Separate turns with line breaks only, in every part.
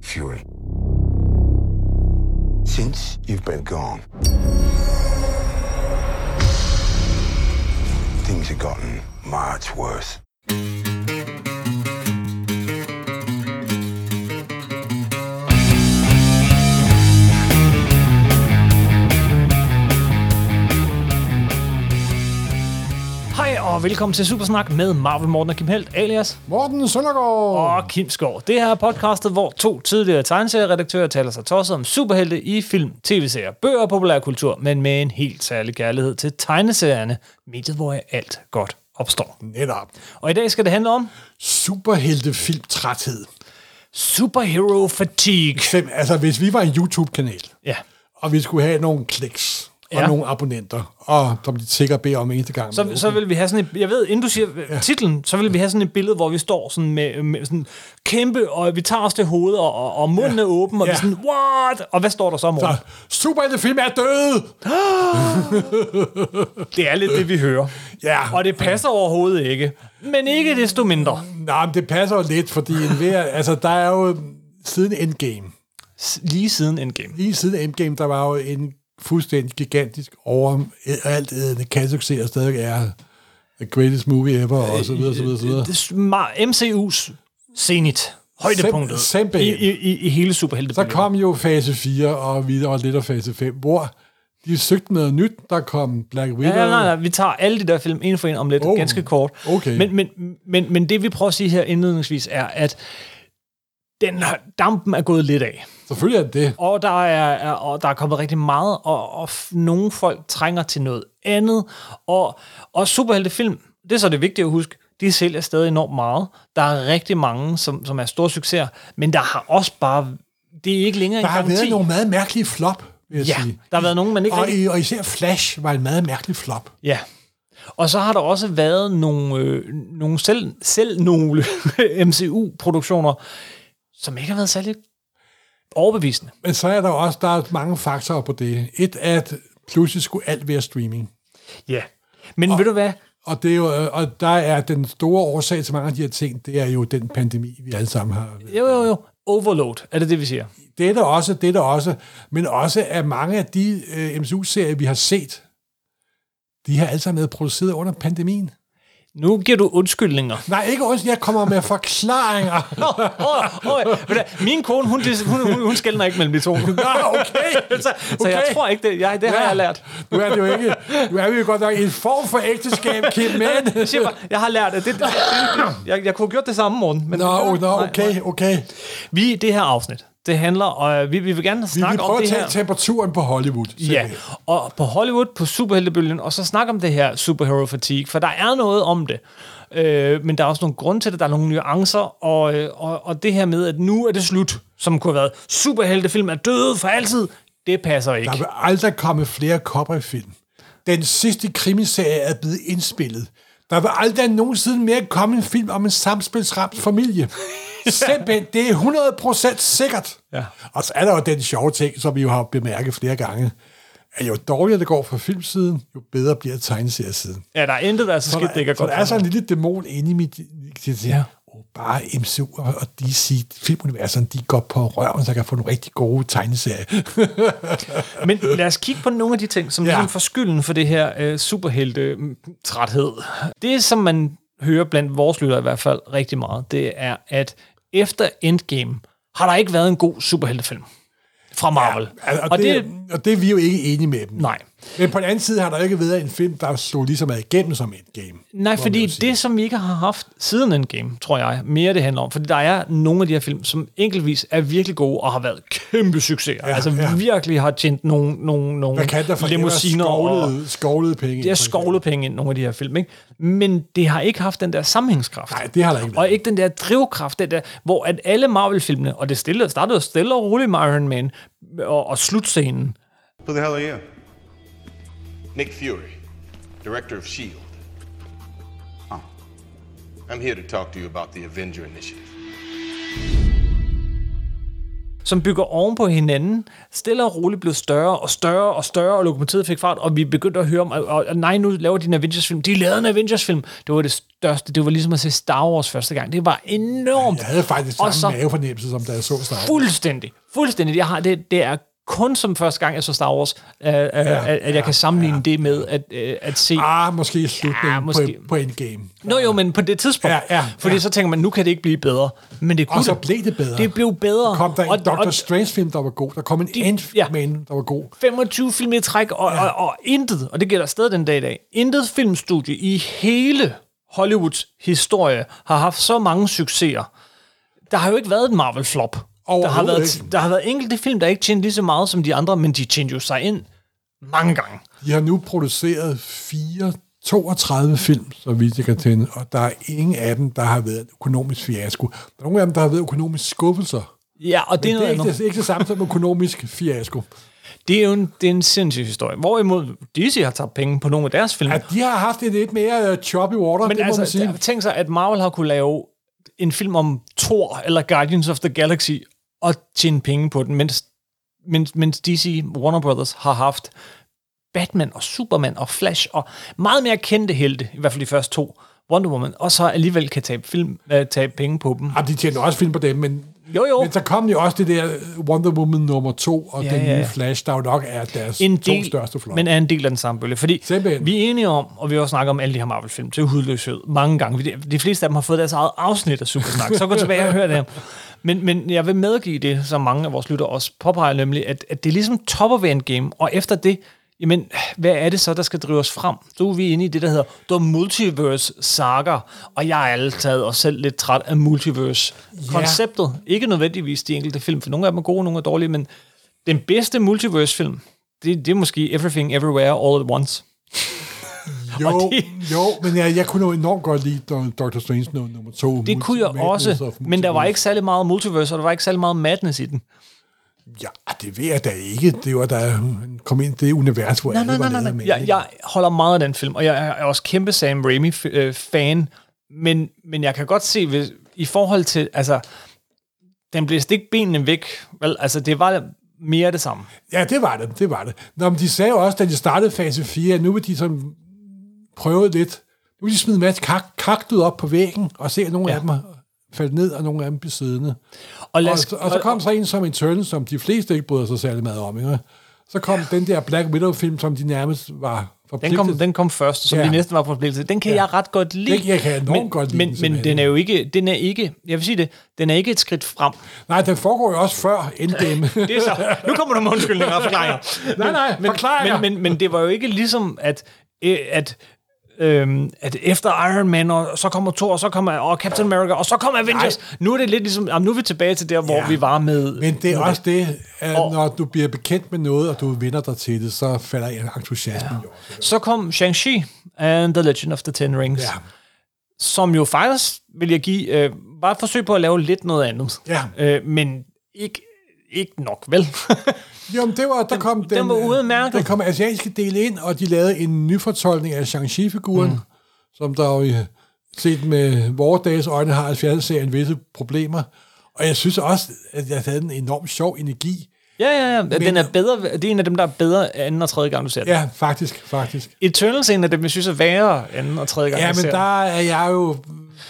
fuel. Since you've been gone, things have gotten much worse.
Hej og velkommen til Supersnak med Marvel Morten og Kim Helt, alias
Morten Søndergaard.
og Kim Skov. Det her er podcastet, hvor to tidligere tegneserieredaktører taler sig tosset om superhelte i film, tv-serier, bøger og populærkultur, men med en helt særlig kærlighed til tegneserierne, mediet hvor alt godt opstår.
Netop.
Og i dag skal det handle om
Superheltefilmtræthed.
superhero fatigue.
Fem, altså, hvis vi var en YouTube-kanal,
Ja,
og vi skulle have nogle kliks og
Ja.
nogle abonnenter, og som de sikkert beder om eneste gang.
så, så vil vi have sådan et, jeg ved, inden du siger ja. titlen, så vil vi have sådan et billede, hvor vi står sådan med, med sådan kæmpe, og vi tager os til hovedet, og, og, og munden ja. er åben, og ja. vi
Ja.
er sådan, what? Og hvad står der så, Morten?
Så, Superheltefilm er døde!
Det er lidt det, vi hører.
Ja.
Og det passer overhovedet ikke. Men ikke desto mindre.
Nej, men det passer jo lidt, fordi enhver, altså, der er jo siden Endgame,
S- Lige siden Endgame.
lige siden Endgame, der var jo en fuldstændig gigantisk over alt ædende kassesucces, og stadig er the greatest movie ever, og så videre, så videre, så videre.
Det er ma- MCU's Zenit. Højdepunktet.
Sem- simpelthen.
i, i, i, I hele
Så
superheltebilledet.
kom jo fase 4 og videre og lidt af fase 5, hvor de søgte noget nyt. Der kom Black Widow.
Ja, nej, nej, nej, vi tager alle de der film en for en om lidt, oh,
Oh,
ganske kort.
okay.
Men, men, men, men det, vi prøver at sige her indledningsvis, er, at den, dampen er gået lidt af.
Selvfølgelig er det det.
Og der er, er, og der er kommet rigtig meget, og, og f- nogle folk trænger til noget andet. Og, og superheltefilm, det er så det vigtige at huske, de sælger stadig enormt meget. Der er rigtig mange, som, som er store succeser, men der har også bare... Det er ikke længere
Der
en
har
garanti.
været nogle meget mærkelige flop, vil jeg
ja,
sige.
der har været nogen, man ikke
Og,
rigtig
i- og især Flash var en meget mærkelig flop.
Ja. Og så har der også været nogle, øh, nogle selv, selv nogle MCU-produktioner, som ikke har været særlig overbevisende.
Men så er der også der er mange faktorer på det. Et er, at pludselig skulle alt være streaming.
Ja. Men og, ved du hvad?
Og, det er jo, øh, og der er den store årsag til mange af de her ting, det er jo den pandemi, vi alle sammen har.
Jo, jo, jo. Overload, er det det, vi siger?
Det er der også, det er der også. Men også, at mange af de øh, MCU-serier, vi har set, de har alle sammen været produceret under pandemien.
Nu giver du undskyldninger.
Nej, ikke også. Jeg kommer med forklaringer.
Oh, oh, ved du, hvad? min kone, hun, dis- hun, hun, hun skældner ikke mellem de to.
Nå, okay.
så, så jeg
Okay.
tror ikke, det, jeg, det har jeg lært.
Nu er det jo ikke... Nu er vi jo godt nok i en form for ægteskab, Kim, men...
Jeg, siger bare, jeg har lært, at det, det, det, jeg, jeg kunne have gjort det samme morgen. Men
Nå, oh, nå,
Nej, nej.
okay, okay.
Vi, det her afsnit, det handler, og vi, vi vil gerne
Vi, vi
snakke
prøver
om
at
det
tage
her.
temperaturen på Hollywood.
Ja,
simpelthen.
og på Hollywood, på superheltebølgen, og så snak om det her superhero fatigue, for der er noget om det. Øh, men der er også nogle grunde til det, der er nogle nuancer, og, øh, og, og det her med, at nu er det slut, som kunne have været, superheltefilm er døde for altid, det passer ikke.
Der vil aldrig komme flere Cobra-film. Den sidste krimiserie er blevet indspillet. Der vil aldrig nogensinde mere komme en film om en samspilsramt familie. Simpelthen, det er 100% sikkert.
Ja.
Og så er der jo den sjove ting, som vi jo har bemærket flere gange, at jo dårligere det går fra filmsiden, jo bedre bliver tegneseriesiden.
Ja, der er intet, der er så
Så
skidt, det ikke er
der, så
godt.
der er
for
sådan
mig.
en lille dæmon inde i mit... Jeg siger,
Ja.
ja. oh, bare MCU og og DC, filmuniverserne, de går på røven, så jeg kan få nogle rigtig gode tegneserier.
Men lad os kigge på nogle af de ting, som ja.
Ja.
ligesom får skylden for det her øh, superhelte-træthed. Det, som man hører blandt vores lyttere i hvert fald rigtig meget, det er, at efter Endgame har der ikke været en god superheltefilm fra Marvel.
Altså,
og det,
og det er vi jo ikke enige med dem.
Nej.
Men på den anden side har der jo ikke været en film, der slog lige så meget igennem som et game.
Nej,
må
fordi
man sige.
det, som vi ikke har haft siden Endgame, tror jeg, mere det handler om. Fordi der er nogle af de her film, som enkeltvis er virkelig gode og har været kæmpe succeser. Ja,
Ja,
altså
ja.
virkelig har tjent nogle, nogle, nogle
Hvad kan der for
limousiner og,
skovlede, skovlede penge? ind,
Det
for
er
eksempel?
skovlet penge ind, nogle af de her film, ikke? Men det har ikke haft den der sammenhængskraft.
Nej, det har der ikke
Og
været.
ikke den der drivkraft, den der, hvor at alle Marvel-filmene, og det stille, startede jo stille og roligt med Iron Man, og, og slutscenen,
Who the hell are you?
Nick Fury, director of
E
S.H.I.E.L.D. Oh. I'm here to talk to you about the Avenger Initiative.
som bygger oven på hinanden, stille og roligt blev større og større og større, og lokomotivet fik fart, og vi begyndte at høre om, og, og, og nej, nu laver de en Avengers-film. De lavede en Avengers-film. Det var det største. Det var ligesom at se Star Wars første gang. Det var enormt.
Jeg havde faktisk samme
Og så-
så... mavefornemmelse, som da jeg så Star Wars.
Fuldstændig. Fuldstændig. Jeg har det, det er kun som første gang, jeg så Star Wars, øh, øh, ja, at, at jeg kan sammenligne ja, det med at, øh, at se...
Ah, måske i slutningen
Ja,
ja,
måske.
måske. På, på Endgame.
Nå jo, men på det tidspunkt.
Ja, ja,
fordi
ja.
så tænker man, nu kan det ikke blive bedre. Men det kunne
Og så
det.
blev det bedre.
Det blev bedre.
Kom der en
og,
Doctor
og
Strange-film, der var god. Der kom en Ant-Man,
ja.
der var god.
25 film i træk, og, ja. og, og intet, og det gælder stadig den dag i dag, intet filmstudie i hele Hollywoods historie har haft så mange succeser. Der har jo ikke været et Marvel-flop. Der har,
Overhovedet
været,
ikke.
der har været enkelte film, der ikke tjente lige så meget som de andre, men de tjente jo sig ind mange gange.
De har nu produceret 4, 32 film, så vidt jeg kan tænde, og der er ingen af dem, der har været en økonomisk fiasko. Der er nogle af dem, der har været økonomisk skuffelser.
Ja, og det er,
Det er
noget
ikke
andet.
det, ikke det samme som økonomisk fiasko.
det er jo en, det er en sindssyg historie. Hvorimod DC har tabt penge på nogle af deres film.
At de har haft et lidt mere øh, choppy water,
Men
det må man
altså,
sige.
der- tænk sig, at Marvel har kunne lave en film om Thor eller Guardians of the Galaxy og tjene penge på den, mens, mens, mens DC Warner Brothers har haft Batman og Superman og Flash og meget mere kendte helte, i hvert fald de første to, Wonder Woman, og så alligevel kan tabe, film, øh, tabe penge på dem.
Jamen, de tjener også film på dem, men,
Jo, jo.
men så kom jo også det der øh, Wonder Woman nummer to, og
Ja,
den
ja,
nye
ja.
Flash, der jo nok er deres
en
to
del,
største flop.
men er en del af den samme bølge. Fordi
Simpelthen.
vi er enige om, og vi har også snakket om alle de her Marvel-film, til hudløshed mange gange. De, de fleste af dem har fået deres eget afsnit af Supersnak, så gå tilbage og hør det her. Men, men jeg vil medgive det, som mange af vores lyttere også påpeger, nemlig, at, at det ligesom topper ved Endgame, og efter det, jamen, hvad er det så, der skal drive os frem? Så er vi inde i det, der hedder The Multiverse Saga, og jeg er altid og selv lidt træt af Multiverse-konceptet. Ikke nødvendigvis de enkelte film, for nogle af dem er gode, nogle er dårlige, men den bedste multiverse-film, det, det er måske Everything Everywhere All at Once.
Jo,
Og det-
jo, men jeg, jeg kunne jo enormt godt lide Do- Dr. Strange nu- nummer to.
Det kunne jeg også, men der var ikke særlig meget multiverse, og der var ikke særlig meget madness i den.
Ja, det ved jeg da ikke. Det var da han kom ind i det univers, hvor alle var lavet med.
Jeg,
ikke?
jeg holder meget af den film, og jeg er- er også kæmpe Sam Raimi-fan, men, men jeg kan godt se, hvis, i forhold til, altså, den blev stik benene væk. Vel, altså, det var mere det samme.
Ja, det var det, det var det. Nå, men de sagde jo også, da de startede fase 4, at nu vil de sådan prøve lidt. Nu vil de smide en masse kak- kaktus op på væggen, og se, at nogle
Ja.
ja. af dem faldt ned, og nogle af dem blev siddende.
Og, lad
Og,
os,
så- og så kom så en som Eternal, som de fleste ikke bryder sig særlig meget om. Ikke? Så kom den der Black Widow-film, som de nærmest var
Den
forpligtet
kom, den kom først, som ja.
Ja.
vi næsten var forpligtet til. Den kan ja. jeg ret godt lide.
Den- jeg kan enormt
men,
godt lide
men,
den,
Men
simpelthen.
den er jo ikke, den er ikke, jeg vil sige det, den er ikke et skridt frem.
Nej, den foregår jo også før Endgame.
Det er så, nu kommer der med undskyldninger og forklaringer.
nej, nej,
men,
forklaringer.
Men, men, men det var jo ikke ligesom, at, øh, at Øhm, at efter Iron Man, og så kommer Thor, og så kommer og Captain America, og så kommer Avengers. Nej. Nu er det lidt ligesom, jamen, nu er vi tilbage til der, hvor ja.
Ja.
vi var med.
men det er også det, at
Og-
når du bliver bekendt med noget, og du vender dig til det, så falder entusiasmen ja. jo. også.
Så kom Shang-Chi and The Legend of the Ten Rings,
Ja.
som jo faktisk, vil jeg give, øh, var et forsøg på at lave lidt noget andet.
Ja.
Øh, men ikke, ikke nok, vel?
Jo, men det var, der kom den, øh,
den var udmærket.
Der kom asiatiske del ind, og de lavede en nyfortolkning af Shang-Chi-figuren, mm. som der jo øh, set med vores dages øjne har fjernserien visse problemer. Og jeg synes også, at jeg havde en enorm sjov energi.
ja, ja, ja. Den
Men-
er bedre, det er en af dem, der er bedre anden og tredje gang, du ser den.
Ja, faktisk, faktisk.
Eternals er en af dem, jeg synes er værre anden og tredje gang,
Ja,
jeg
men
ser den.
der er jeg jo...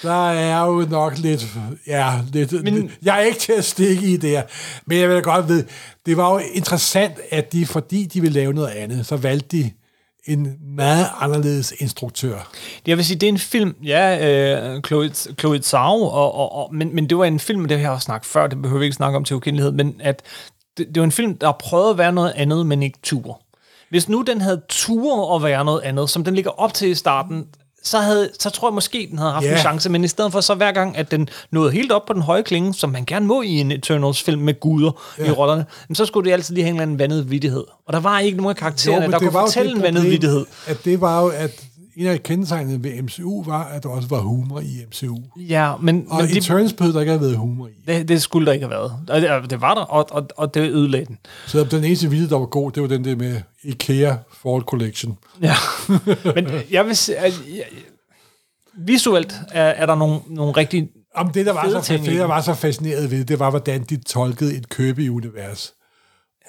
Der er jeg jo nok lidt... Ja, lidt, men, jeg er ikke til at stikke i det her. Men jeg vil da godt vide, det var jo interessant, at de, fordi de ville lave noget andet, så valgte de en meget anderledes instruktør.
Jeg vil sige, det er en film, ja, øh, Chloe, Chloe Zhao, og, og, og, men, men det var en film, det har jeg også snakket før, det behøver vi ikke snakke om til ukendelighed, men at det, det var en film, der prøvede at være noget andet, men ikke turde. Hvis nu den havde turet at være noget andet, som den ligger op til i starten, så, havde, så tror jeg måske, den havde haft yeah. en
Ja.
chance, men i stedet for så hver gang, at den nåede helt op på den høje klinge, som man gerne må i en Eternals-film med guder yeah. i rollerne, jamen, så skulle det altid lige have en eller anden vanvittighed. Og der var ikke nogen af karaktererne,
men
der
det
kunne
var jo
fortælle
det
en
problem,
vanvittighed.
At det var jo, at en af kendetegnene ved MCU var, at der også var humor i MCU.
Ja, men,
Og
men
i Turns behøvede der ikke have været humor i.
Det, det skulle der ikke have været. Og det, og det var der, og, og, og det ødelagde den.
Så den eneste video, der var god, det var den der med IKEA Fall Collection.
Ja. Men jeg vil sige, at jeg, visuelt er, er der nogle, nogle rigtig
Om det, der var,
Fede
så,
ting i
det, der
den.
var så fascineret ved, det var, hvordan de tolkede et Kirby-univers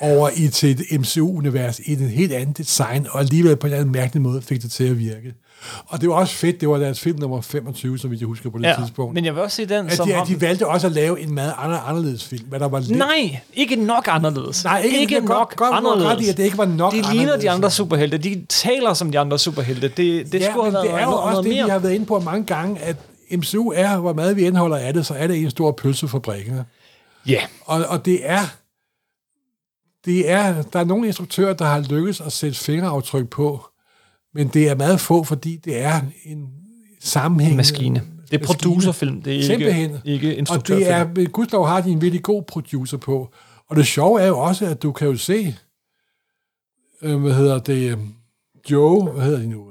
over i til et MCU-univers i et helt andet design, og alligevel på en eller anden mærkelig måde fik det til at virke. Og det var også fedt, det var deres film nummer 25, som jeg husker på det
Ja,
tidspunkt.
men jeg vil også se den
at
som
de,
om-
at de valgte også at lave en meget ander- anderledes film, hvad der var lidt...
Nej, ikke nok anderledes.
Nej, ikke-
ikke
jeg kan godt-
nok
godt- godt
anderledes.
ret i, at det ikke var nok
De ligner
anderledes.
de andre superhelte. De taler som de andre superhelte. Det, det
ja,
skulle
men
have været
det er jo
noget,
også
noget
det,
mere.
vi har været inde på mange gange, at MCU er, hvor meget vi indholder af det, så er det en stor pølsefabrik. ikke?
Ja,
Og, og det er, det er, der er nogle instruktører, der har lykkes at sætte fingeraftryk på, men det er meget få, fordi det er en sammenhæng.
maskine. Det er producerfilm, det er ikke-
Simpelthen.
ikke
Og det er,
instruktørfilm.
men gudslov har de en virkelig god producer på. Og det sjove er jo også, at du kan jo se, øh, hvad hedder det, øh, Joe, hvad hedder de nu?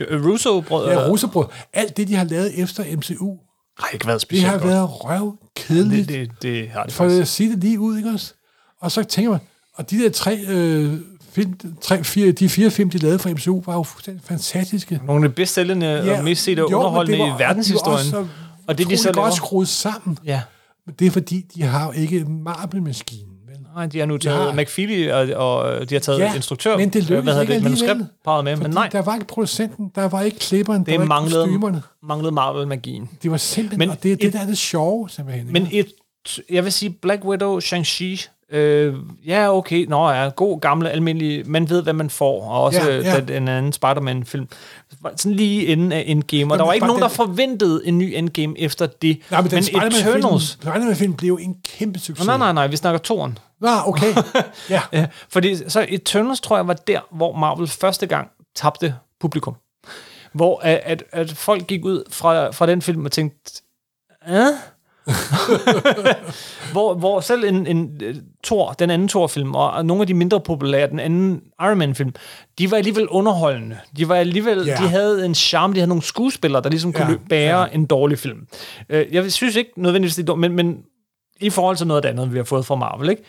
øh,
Russo brød...
Ja, russerbrød. Alt det, de har lavet efter MCU,
har ikke været
det
specielt
har
godt.
været røvkedeligt.
det, det, det har det
for
faktisk.
at sige det lige ud, ikke også? Og så tænker man, og de der tre, øh, film, tre fire, de fire film, de lavede fra MCU, var jo fuldstændig fantastiske.
Nogle af de bedst sælgende og mest set og
jo, men
underholdende
det var-
i verdenshistorien.
Og,
og det, de så laver...
godt skruet sammen.
Ja.
Men det er fordi, de har jo ikke marble-maskinen. vel?
Nej, de har nu taget
Ja.
ja. McFeely, og, og øh, de har taget ja, instruktør.
men det lykkedes
hvad hedder
ikke
det,
alligevel,
manuskript parret med, men
fordi
nej,
der var ikke producenten, der var ikke klipperen, der
det
var ikke
manglede,
kostymerne.
manglede Marvel-magien.
Det var simpelthen,
Men
men og det er det,
et-
der er det sjove, simpelthen. ikke?
Men et, jeg vil sige Black Widow, Shang-Chi, øh, ja, okay, nå ja, god, gamle, almindelig, man ved, hvad man får, og også ja,
Ja, ja.
ja. Den, en anden Spider-Man-film. Sådan lige inden af Endgame, og der
Jamen,
var ikke
bare
nogen, der
den-
forventede en ny Endgame efter det.
Nej, men, den Spider-Man-film
Eternals...
Spider-Man blev en kæmpe succes.
Nej, nej, nej, vi snakker toren.
Nå, okay. ja.
Ja, fordi så Eternals, tror jeg, var der, hvor Marvel første gang tabte publikum. Hvor at, at, at folk gik ud fra, fra den film og tænkte, Æh? hvor, hvor selv en, en øh, Thor, den anden Thor-film, og og nogle af de mindre populære, den anden Iron Man-film, de var alligevel underholdende. De var alligevel,
Ja.
yeah. de havde en charme, de havde nogle skuespillere, der ligesom kunne
Ja,
yeah. bære yeah. en dårlig film. Øh, Jeg synes ikke nødvendigvis, det er dårligt, men, men i forhold til noget af det andet, vi har fået fra Marvel, ikke?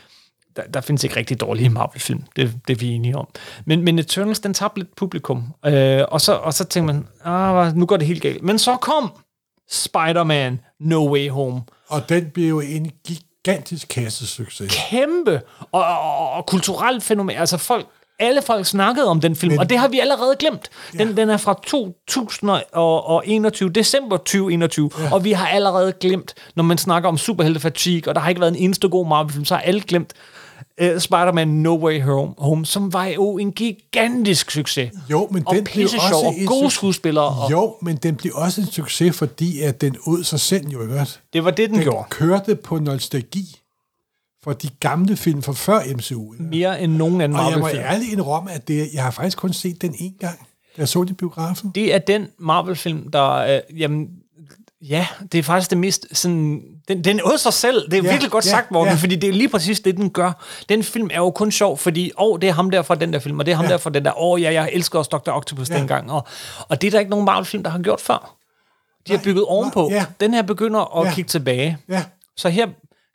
der, der findes ikke rigtig dårlige Marvel-film. Det, det er vi enige om. Men, men Eternals, den tabte lidt publikum. Øh, og, så, og så tænkte man, ah, hvad- nu går det helt galt. Men så kom Spider-Man No Way Home.
Og den blev jo en gigantisk kassesucces.
Kæmpe og, og, og kulturelt fænomen. Altså folk, alle folk snakkede om den film, men, og det har vi allerede glemt. Den, den er fra 2021, december 2021, ja. og vi har allerede glemt, når man snakker om superhelte-fatigue, og der har ikke været en eneste god Marvel-film, så har alle glemt uh, Spider-Man No Way Home, Home, som var jo en gigantisk succes.
Jo, men
og
den blev
pissesjov,
også
og
en
gode
succes.
skuespillere. Og
Jo, men den blev også en succes, fordi at den ud sig selv jo ikke også.
det var det, den,
Den
gjorde.
kørte på nostalgi for de gamle film fra før MCU. Ikke?
Mere end nogen anden
Og jeg må
Marvel-film.
ærligt indrømme, at det, jeg har faktisk kun set den én gang. Jeg så den i biografen.
det er den Marvel-film, der... Øh, jamen, ja, det er faktisk det mest sådan... Den, den åd sig selv. Det er
Ja,
ja, virkelig godt
ja,
ja, sagt, Morten,
ja.
ja. fordi det er lige præcis det, den gør. Den film er jo kun sjov, fordi åh, det er ham der fra den der film, og det er ham
Ja.
ja. der fra den der. Åh, ja, jeg elsker også Dr. Octopus
Ja.
ja. dengang. Og, og det er der ikke nogen Marvel-film, der har gjort før. De har
Nej,
bygget
nej,
ovenpå.
ja.
Den her begynder at
Ja.
ja. kigge tilbage.
Ja.
Så her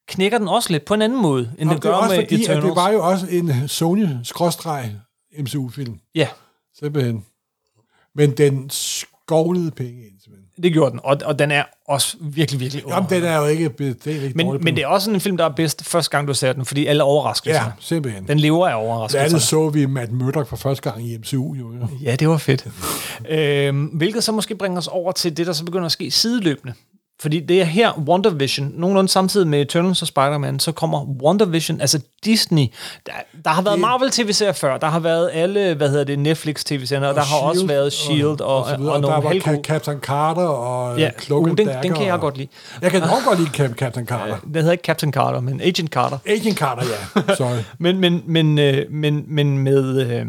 knækker den også lidt på en anden måde, end den
Og det er
gør
også
med
fordi, at
Eternals.
det var jo også en Sony-MCU-film.
Ja,
Simpelthen. Men den skovlede penge ind, simpelthen.
det gjorde den. Og, og den er også virkelig, virkelig
Jamen, den er jo ikke... Det er ikke
Men, men det er også sådan en film, der er bedst første gang, du ser den, fordi alle overraskelser.
Ja, simpelthen.
Den lever af
Blandt andet
overraskelser.
så vi Matt Murdock for første gang i MCU, jo. ja.
Ja, det var fedt. øhm, hvilket så måske bringer os over til det, der så begynder at ske sideløbende. Fordi det er her, WandaVision, nogenlunde samtidig med Eternals og Spider-Man, så kommer WandaVision, altså Disney. Der, der har været Marvel-tv-serier før, der har været alle, hvad hedder det, Netflix-tv-serier, og, og der har
S.H.I.E.L.D.
også været S.H.I.E.L.D. E og, og,
så
og,
videre.
og
der
nogle
var
halvgode.
Ka- Captain Carter og
Ja,
ja. Cloak
uh,
and
den-
Dagger
den kan jeg
og-
godt lide. Ah.
Jeg kan nok godt lide Cap- Captain Carter.
Den hedder ikke Captain Carter, men Agent Carter.
Agent Carter, ja. Sorry.
Men, men, men, øh, men, men med, øh,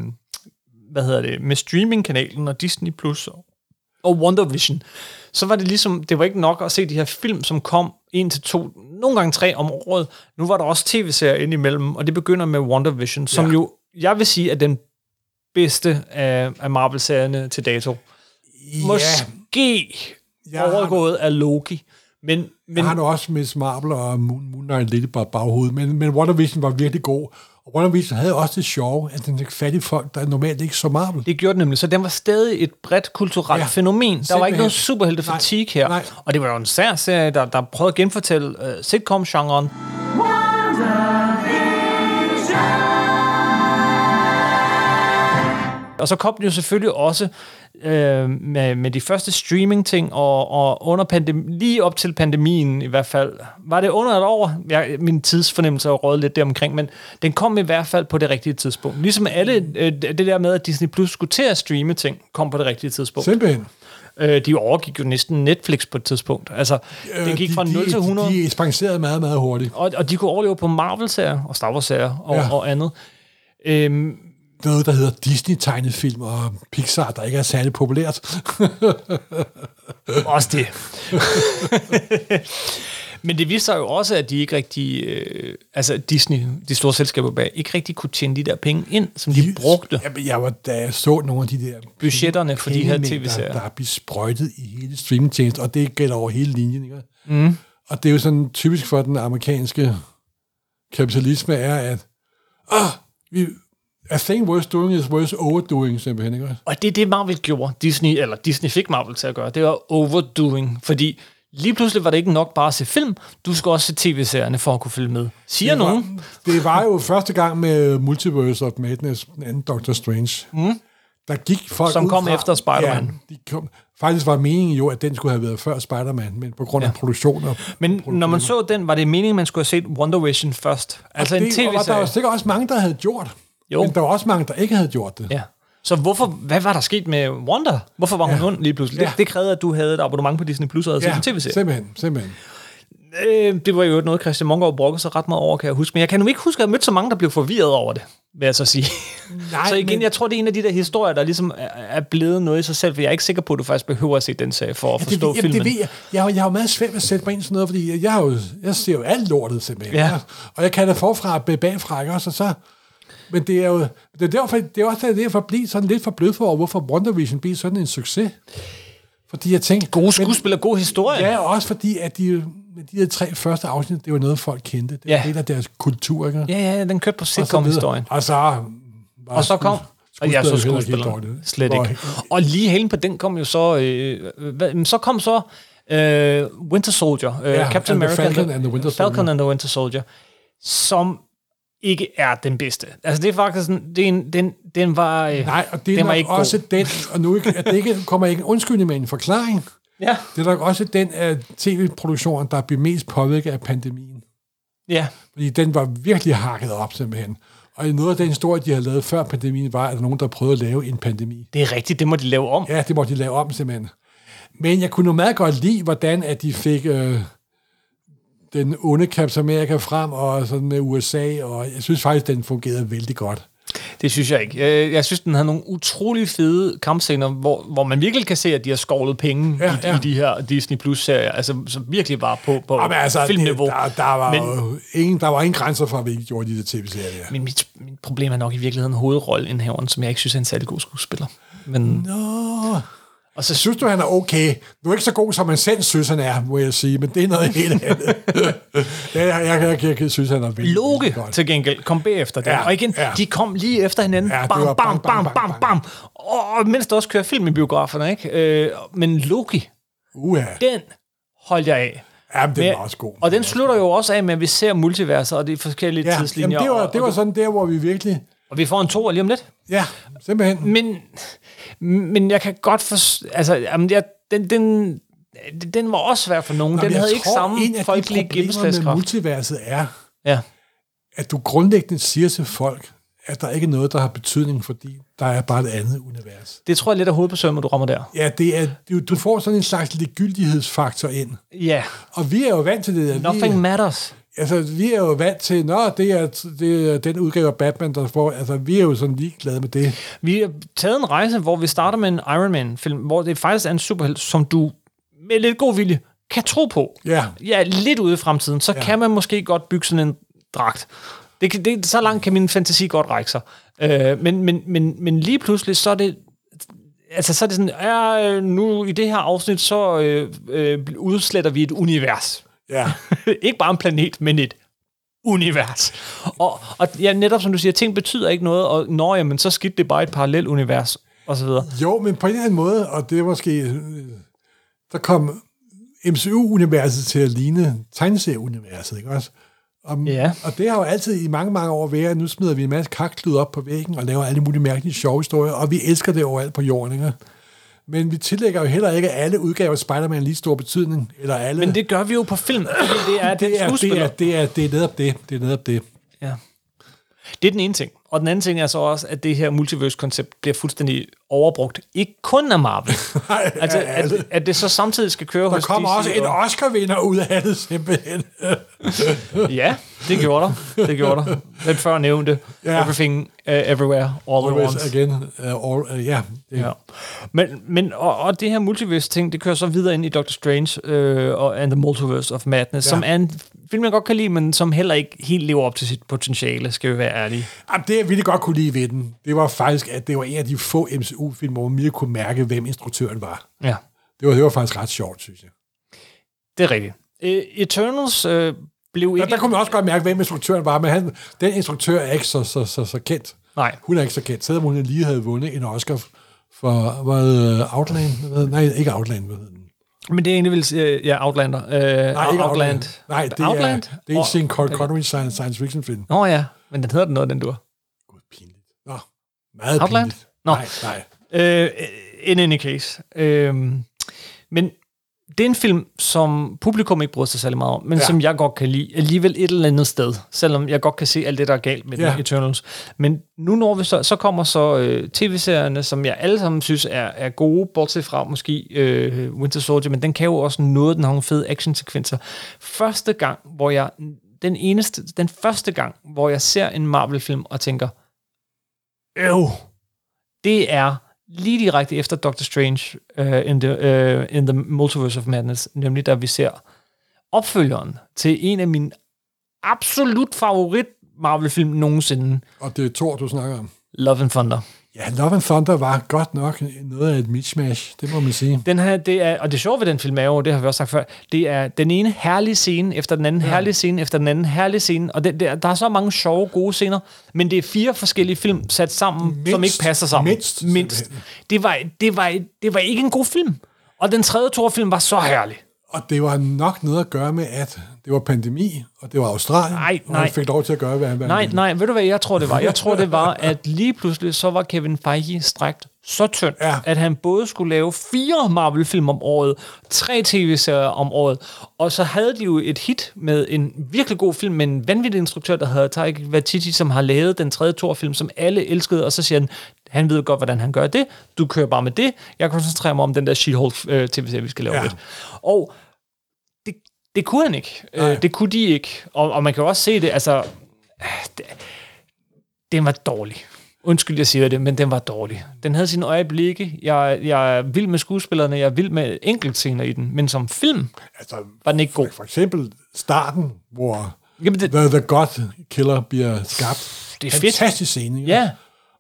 hvad hedder det, med streamingkanalen og Disney Plus og, og WandaVision, så var det ligesom, det var ikke nok at se de her film, som kom en til to, nogle gange tre om året. Nu var der også tv-serier ind imellem, og det begynder med WandaVision, som
Ja.
ja. jo, jeg vil sige, er den bedste af, af Marvel-serierne til dato. Måske
Jeg har-
ja, overgået af Loki, men,
Men,
men
har nu også Miss Marvel og Moon, Moon Knight lidt på baghovedet, men, men WandaVision var virkelig god. Ronald Wilson havde også det sjove, at den fik fat i folk, der normalt ikke så Marvel.
Det gjorde den nemlig, så den var stadig et bredt kulturelt ja,
Ja,
fænomen. Der var
simpelthen.
ikke noget superhelte
Nej,
fatigue her.
nej.
Og det var jo en sær serie, der, der prøvede at genfortælle uh, sitcom-genren. Og så kom den jo selvfølgelig også øh, med, med de første streaming-ting, og, og under pandem- lige op til pandemien i hvert fald. Var det under et år? Jeg, min tidsfornemmelse er røget lidt deromkring, men den kom i hvert fald på det rigtige tidspunkt. Ligesom alle, øh, det der med, at Disney Plus skulle til at streame ting, kom på det rigtige tidspunkt.
Simpelthen.
Øh, de overgik jo næsten Netflix på et tidspunkt. Altså, øh, det gik
Øh,
fra 0 til 100.
De, de ekspanderede meget, meget hurtigt.
og, og de kunne overleve på Marvel-serier, og Star Wars-serier, og, ja.
Ja.
og andet. Øhm,
Noget, der hedder Disney-tegnefilm og Pixar, der ikke er særlig populært.
Også det. Men det viste sig jo også, at de ikke rigtig, øh, altså Disney, de store selskaber bag, ikke rigtig kunne tjene de der penge ind, som de, de brugte
Jamen, jeg var, da jeg så nogle af de der
budgetterne for de her
pengemængder,
tv-serier.
Der er blevet sprøjtet i hele streamingtjenesten, og det gælder over hele linjen, ikke? Mm. Og det er jo sådan typisk for den amerikanske kapitalisme, er at, ah, vi, a thing worth doing is worth overdoing, simpelthen, ikke?
Og det er det, Marvel gjorde. Disney, eller Disney fik Marvel til at gøre. Det var overdoing, fordi lige pludselig var det ikke nok bare at se film. Du skulle også se tv-serierne for at kunne følge med. Siger
Det var-
nogen.
Det var jo første gang med Multiverse of Madness, den anden Doctor Strange. Mm. Der gik folk
Som
ud
kom
fra-
efter Spider-Man.
Ja, de kom, faktisk var meningen jo, at den skulle have været før Spider-Man, men på grund af
Ja.
produktioner.
Men når man så den, var det meningen, man skulle have set Wonder Vision først. Altså en
det var der
tv-serie.
jo sikkert også mange, der havde gjort.
Jo.
Men der var også mange, der ikke havde gjort det.
Ja. Så hvorfor, hvad var der sket med Wanda? Hvorfor var hun
Ja.
ond lige pludselig? Ja.
Ja.
Det, det krævede, at du havde et abonnement på Disney Plus og havde ja. set altså en tv-serie.
simpelthen, simpelthen.
Øh, det var jo noget, Christian Mongård brokkede sig ret meget over, kan jeg huske. Men jeg kan nu ikke huske, at jeg mødte så mange, der blev forvirret over det, vil jeg så sige.
Nej,
så igen,
men-
jeg tror, det er en af de der historier, der ligesom er, er blevet noget i sig selv, for jeg er ikke sikker på, at du faktisk behøver at se den serie for at
Det,
forstå
jamen,
filmen.
det ved jeg. Jeg har, jeg har jo meget svært ved at sætte mig ind i sådan noget, fordi jeg, har jo, jeg ser jo alt lortet simpelthen.
Ja.
Og jeg kan da forfra og bag- bagfra, ikke også? Og så, men det er jo det er derfor, det er også derfor, jeg blev sådan lidt for blød for, over, hvorfor Wonder Vision blev sådan en succes. Fordi jeg tænkte...
Gode skuespillere, god historie.
Ja, og også fordi, at de, med de der tre første afsnit, det var noget, folk kendte. Det var
Ja.
ja. del af deres kultur, ikke?
ja, ja, den kørte på
Og så videre.
sitcom-historien.
Og så... var
Og så kom...
skues-
Og jeg så
heller helt
skuespilleren.
dårligt.
Slet
Hvor-
ikke. Og lige halen på den kom jo så... Øh, hvad, men så kom så øh, Winter Soldier. Øh,
Ja,
Captain
and the
America.
Falcon and the Winter
Falcon
Soldier.
and the Winter Soldier. Som ikke er den bedste. Altså det er faktisk sådan... Det er en, den, den var... Øh,
Nej, og det er
den var
nok
ikke god.
også den, og nu ikke, at det ikke, kommer ikke en undskyldning med en forklaring.
Ja,
Det er nok også den af tv-produktionen, der bliver mest påvirket af pandemien.
ja.
Fordi den var virkelig hakket op simpelthen. Og noget af den historie, de havde lavet før pandemien, var, at der var nogen, der prøvede at lave en pandemi.
Det er rigtigt, det må de lave om.
Ja, det måtte de lave om simpelthen. Men jeg kunne nu meget godt lide, hvordan at de fik øh, den onde Captain America frem, og sådan med USA, og jeg synes faktisk, den fungerede vældig godt.
Det synes jeg ikke. Øh, Jeg synes, den havde nogle utrolig fede kampscener, hvor, hvor man virkelig kan se, at de har skovlet penge ja, i,
Ja,
ja.
ja.
i de her Disney Plus-serier. Altså, som virkelig var på, på
Jamen, altså,
filmniveau.
det- Der, der, var
Men-
men, jo ingen, der var ingen grænser for, hvad de gjorde i de der tv-serier.
Men mit, mit problem er nok i virkeligheden hovedrolleindhaveren, som jeg ikke synes er en særlig god skuespiller. Men, Nå. Og så synes
Synes du, han er okay? Du er ikke så god, som han selv synes, han er, må jeg sige, men det er noget helt andet. ja, jeg, jeg, jeg, jeg, synes, han er vældig,
Loke
vældig godt.
til gengæld kom bagefter den. Ja,
Ja,
og igen, ja.
ja.
de kom lige efter hinanden. Ja,
Ja, det
bam,
var
bam, bam, bam, bam, bam. Og mens der også kører film i biograferne, ikke? Øh, men Loki,
Uha,
den holdt jeg af.
jamen, den
Men-
var også god.
Og den slutter jo også af med, at vi ser multiverser og de forskellige ja,
ja,
tidslinjer.
jamen, det var,
og,
det var sådan der, hvor vi virkelig...
og vi får en to lige om lidt.
Ja, simpelthen.
men, men jeg kan godt for, altså, jamen, jeg, den, den, den var også svær for nogen. Nå, den
Jamen, jeg
havde ikke
tror, en af
samme
de
folkelige
problemer med
gennemslagskraft.
multiverset er,
Ja.
at du grundlæggende siger til folk, at der ikke er noget, der har betydning, fordi der er bare et andet univers.
Det tror jeg lidt er hovedet på sømmet, du rammer der.
Ja, det er, du, du får sådan en slags ligegyldighedsfaktor ind.
Ja.
Og vi er jo vant til det. der. vi,
Nothing matters.
Altså, vi er jo vant til, nå, det er, det er den udgave af Batman, der får, altså, vi er jo sådan ligeglade med det.
Vi har taget en rejse, hvor vi starter med en Iron Man-film, hvor det faktisk er en superhelt, som du med lidt god vilje kan tro på.
Ja.
Ja, lidt ude i fremtiden. Så ja. kan man måske godt bygge sådan en dragt. Det, kan- det, så langt kan min fantasi godt række sig. Øh, men, men, men, men lige pludselig, så er det... Altså, så er det sådan, ja, øh, nu i det her afsnit, så øh, øh, udsletter vi et univers.
Ja,
Ikke bare en planet, men et univers. Og, og ja, netop som du siger, ting betyder ikke noget, og nå, jamen, så skidt det bare et parallelt univers, og så videre.
Jo, men på en eller anden måde, og det er måske... øh, Der kom MCU-universet til at ligne tegneserieuniverset, ikke også? Og,
Ja.
og det har jo altid i mange, mange år været, at nu smider vi en masse kakklud op på væggen og laver alle mulige mærkelige sjove historier, og vi elsker det overalt på jorden, ikke? Men vi tillægger jo heller ikke alle udgaver af Spider-Man lige stor betydning, eller alle...
Men det gør vi jo på film, fordi det er den
det er, det,
skuespiller.
er, det, er, det er netop det. Det er netop det.
Ja. Det er den ene ting. Og den anden ting er så også, at det her multiverse-koncept bliver fuldstændig overbrugt. Ikke kun af Marvel.
Nej,
altså,
af
at,
alle.
at det så samtidig skal køre
Der
hos
kommer
DC
også en
og-
Oscar-vinder ud af det, simpelthen.
Ja, det gjorde der. Det gjorde der. Den før nævnte.
Ja.
Everything, uh, everywhere, all at
Always
once.
again. Uh, all, uh, yeah, det,
Ja. Men, men og, og det her multiverse-ting, det kører så videre ind i Doctor Strange øh, og And the Multiverse of Madness, ja. som er en film, jeg godt kan lide, men som heller ikke helt lever op til sit potentiale, skal vi være ærlige.
Jamen, det, jeg ville godt kunne lide ved den, det var faktisk, at det var en af de få MCU-film, hvor man virkelig kunne mærke, hvem instruktøren var.
Ja,
Det var, det var faktisk ret sjovt, synes jeg.
det er rigtigt. Øh, Eternals øh, blev
Der,
ikke...
der kunne man også godt mærke, hvem instruktøren var, men han, den instruktør er ikke så, så, så, så kendt.
Nej.
Hun er ikke så kendt, selvom hun lige havde vundet en Oscar for, var det øh, Outland? Hvad hed den? Nej, ikke Outland, hvad hed den?
Men det er egentlig vil sige, ja, Outlander. Øh,
Nej, ikke
Outland.
Nej, det
Outland?
er, det er
Og-
en Sean Con- Connery science, science fiction film.
Nå ja, men den hedder den noget, den du
Gud, pinligt. Nå, meget
Outland?
pinligt.
Nå.
Nej, nej.
Øh, in any case. Øh, men det er en film, som publikum ikke bryder sig særlig meget om, men ja.
Ja.
som jeg godt kan lide alligevel et eller andet sted, selvom jeg godt kan se alt det, der er galt med ja.
Ja.
den Eternals. Men nu når vi så, så kommer så øh, tv-serierne, som jeg alle sammen synes er, er gode, bortset fra måske øh, Winter Soldier, men den kan jo også noget, den har nogle fede actionsekvenser. Første gang, hvor jeg den eneste, den første gang, hvor jeg ser en Marvel-film og tænker, øv, det er lige direkte efter Doctor Strange uh, in, the, uh, in the Multiverse of Madness, nemlig da vi ser opfølgeren til en af mine absolut favorit Marvel-film nogensinde,
Og det er Thor, du snakker om.
Love and Thunder.
Ja, Love and Thunder var godt nok noget af et mismatch, det må man sige.
Den her, det er, og det sjove ved den film er jo, det har vi også sagt før, det er den ene herlige scene efter den anden, ja. herlige scene efter den anden, herlige scene, og det, det, der er så mange sjove, gode scener, men det er fire forskellige film sat sammen, mindst, som ikke
Mindst.
passer sammen.
Mindst,
Mindst. Det var, det, var, det var ikke en god film. Og den tredje Thor-film var så herlig.
Og det var nok noget at gøre med, at det var pandemi, og det var Australien,
Nej,
og
nej.
han fik lov til at gøre, hvad han ville.
Nej, nej, ved du hvad jeg tror, det var? Jeg tror, det var, at lige pludselig så var Kevin Feige strækt så tynd,
Ja.
at han både skulle lave fire Marvel-film om året, tre tv-serier om året, og så havde de jo et hit med en virkelig god film med en vanvittig instruktør, der hedder Taika Waititi, som har lavet den tredje Thor-film, som alle elskede, og så siger han, han ved godt, hvordan han gør det, du kører bare med det, jeg koncentrerer mig om den der She-Hulk øh, tv-serie, vi skal lave ja.
Ja.
lidt. Og det, det kunne han ikke. Øh, det kunne de ikke. Og, og man kan jo også se det, altså... Det, den var dårlig. Undskyld, jeg siger det, men den var dårlig. Den havde sine øjeblikke. Jeg, jeg er vild med skuespillerne, jeg er vild med enkeltscener i den, men som film
Altså,
var den ikke god.
for eksempel starten, hvor
Jamen, det,
The, the God Killer bliver skabt.
Det er fedt.
Fantastisk scene, ikke?
ja.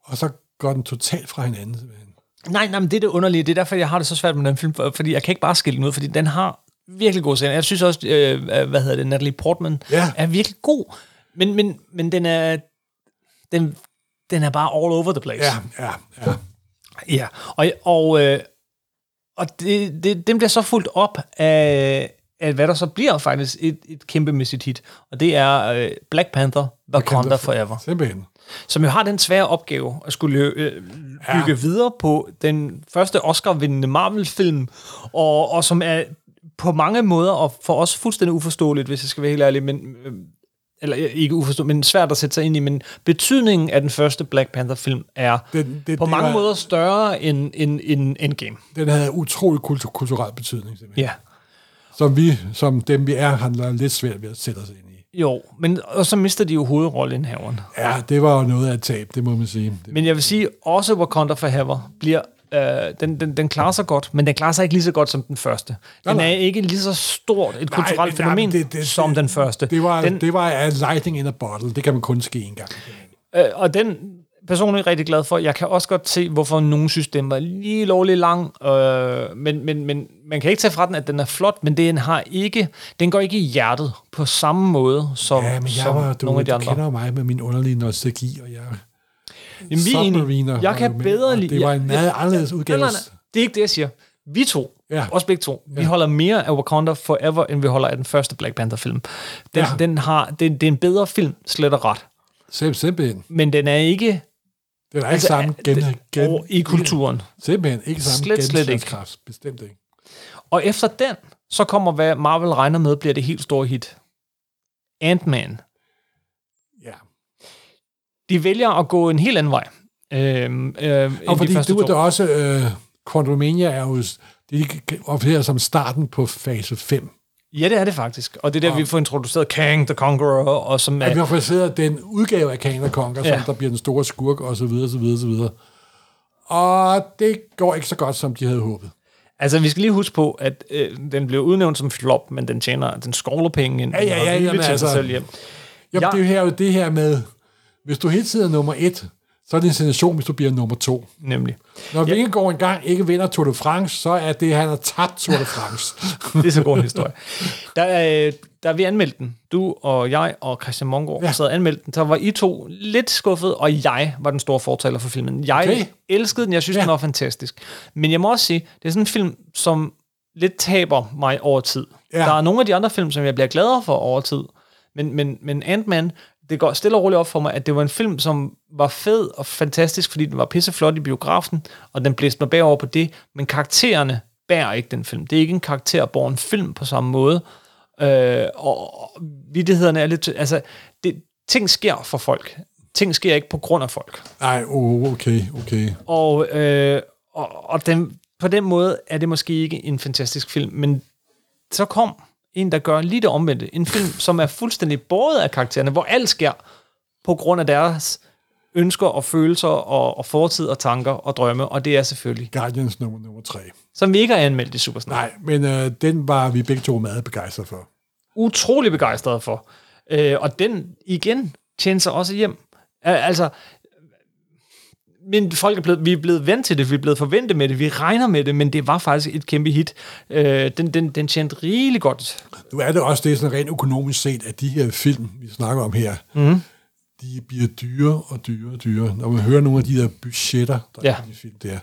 Og så går den totalt fra hinanden. simpelthen.
Nej, nej, men det er det underlige. Det er derfor, jeg har det så svært med den film, for- fordi jeg kan ikke bare skille den ud, fordi den har virkelig gode scener. Jeg synes også, øh, hvad hedder det, Natalie Portman
Ja.
er virkelig god, men, men, men den er... Den, den er bare all over the place.
Ja, ja, ja.
Ja, og, og, øh, og det, det, den bliver så fuldt op af, af, hvad der så bliver faktisk et, et kæmpemæssigt hit, og det er øh, Black Panther, Wakanda Forever,
Simpelthen.
som jo har den svære opgave at skulle øh, bygge ja.
Ja.
videre på den første Oscar-vindende Marvel-film, og, og som er på mange måder, og for os fuldstændig uforståeligt, hvis jeg skal være helt ærlig, men... Øh, eller øh, ikke uforståeligt, men svært at sætte sig ind i, men betydningen af den første Black Panther-film er
Den, den,
på
det
mange
var,
måder større end, end, end Endgame.
Den havde utrolig kultu- kulturel betydning, simpelthen.
Ja.
Som vi, som dem vi er, har lidt svært ved at sætte os ind i.
Jo, men og så mister de jo hovedrollenhaveren.
Ja, det var jo noget af et tab, det må man sige. Det,
Men jeg vil sige, også Wakanda Forever bliver... Øh, den, den, den klarer sig godt, men den klarer sig ikke lige så godt som den første. Den
nej.
er ikke lige så stort et kulturelt
men-
fænomen
men det- det-
som
det-
den første.
det var,
den,
den, det var uh, lightning in a bottle. Det kan man kun ske en gang.
øh, og den personligt rigtig glad for. Jeg kan også godt se, hvorfor nogen synes, den var lige lovlig lang. Øh, men, men, men man kan ikke tage fra den, at den er flot, men den har ikke, den går ikke i hjertet på samme måde som,
Ja, men jeg
som
var, du,
nogle af de
du
andre.
kender jo mig med min underlige nostalgi, og jeg...
Jamen, vi er enige.
Submariner
jeg
var jo
kan
med,
bedre
og
lide...
det var en
Ja,
meget
ja,
anderledes
ja,
udgave.
Nej, nej, nej. Det er ikke det, jeg siger. Vi to,
Ja.
ja. også begge to, ja. vi holder mere af Wakanda Forever, end vi holder af den første Black Panther-film. Den,
Ja.
ja. den har, det, det er en bedre film, slet og ret.
Sim, simpelthen.
Men den er ikke
Det er der ikke
Altså,
samme gen,
den-
gen,
over i kulturen.
Simpelthen ikke samme
Slet, slet ikke.
gennemslagskraft. Bestemt ikke.
Og efter den, så kommer, hvad Marvel regner med, bliver det helt store hit. Ant-Man.
Ja.
De vælger at gå en helt anden vej. Øhm, øh,
Og fordi
de første
du er
to.
da også... Øh, Quantumania er jo s- det er officielt som starten på fase 5.
Ja, det er det faktisk. Og det er der, vi får introduceret Kang the Conqueror, og som
At vi
er...
har placeret den udgave af Kang the Conqueror, ja.
Ja.
som der bliver den store skurk, og så videre, så videre, så videre. Og det går ikke så godt, som de havde håbet.
Altså, vi skal lige huske på, at øh, den blev udnævnt som flop, men den tjener, den skovler penge ind.
ja, ja, jamen,
til sig
altså.
selv hjem.
Jamen, ja.
Ja.
det er jo her, jo det her med, hvis du hele tiden er nummer et, så er det en sensation, hvis du bliver nummer to.
Nemlig.
Når ja. Vingegaard engang ikke vinder Tour de France, så er det, han har tabt Tour de France.
Det er så god en historie. Der, øh, der vi anmeldte den, du og jeg og Christian Mongård
Ja.
ja. sad og anmeldte den, så var I to lidt skuffet, og jeg var den store fortaler for filmen. Jeg
Okay.
okay. elskede den, jeg synes,
Ja.
ja. den var fantastisk. Men jeg må også sige, det er sådan en film, som lidt taber mig over tid.
Ja.
Ja. Der er nogle af de andre film, som jeg bliver gladere for over tid, men, men, men Ant-Man, det går stille og roligt op for mig, at det var en film, som var fed og fantastisk, fordi den var pisseflot i biografen, og den blæste mig bagover på det, men karaktererne bærer ikke den film. Det er ikke en karakterborn film på samme måde, øh, og og vittighederne er lidt... Altså, det, ting sker for folk. Ting sker ikke på grund af folk.
Nej, oh, okay, okay.
Og, øh, og, og den, på den måde er det måske ikke en fantastisk film, men så kom en, der gør lige det omvendte. En film, som er fuldstændig båret af karaktererne, hvor alt sker på grund af deres ønsker og følelser og, og fortid og tanker og drømme, og det er selvfølgelig,
Guardians nummer, nummer tre.
som vi ikke har anmeldt i Supersnak.
Nej, men øh, den var vi begge to meget begejstrede for.
Utrolig begejstret for. Øh, og den igen tjener sig også hjem. Al- Altså, men folk er blevet, vi er blevet vant til det, vi er blevet forventet med det, vi regner med det, men det var faktisk et kæmpe hit. Øh, den, den, den tjente rigeligt godt.
Nu er det også det sådan rent økonomisk set, at de her film, vi snakker om her, mm. de bliver dyre og dyre og dyre. Når man hører nogle af de der budgetter, der ja.
Ja.
er i de film der.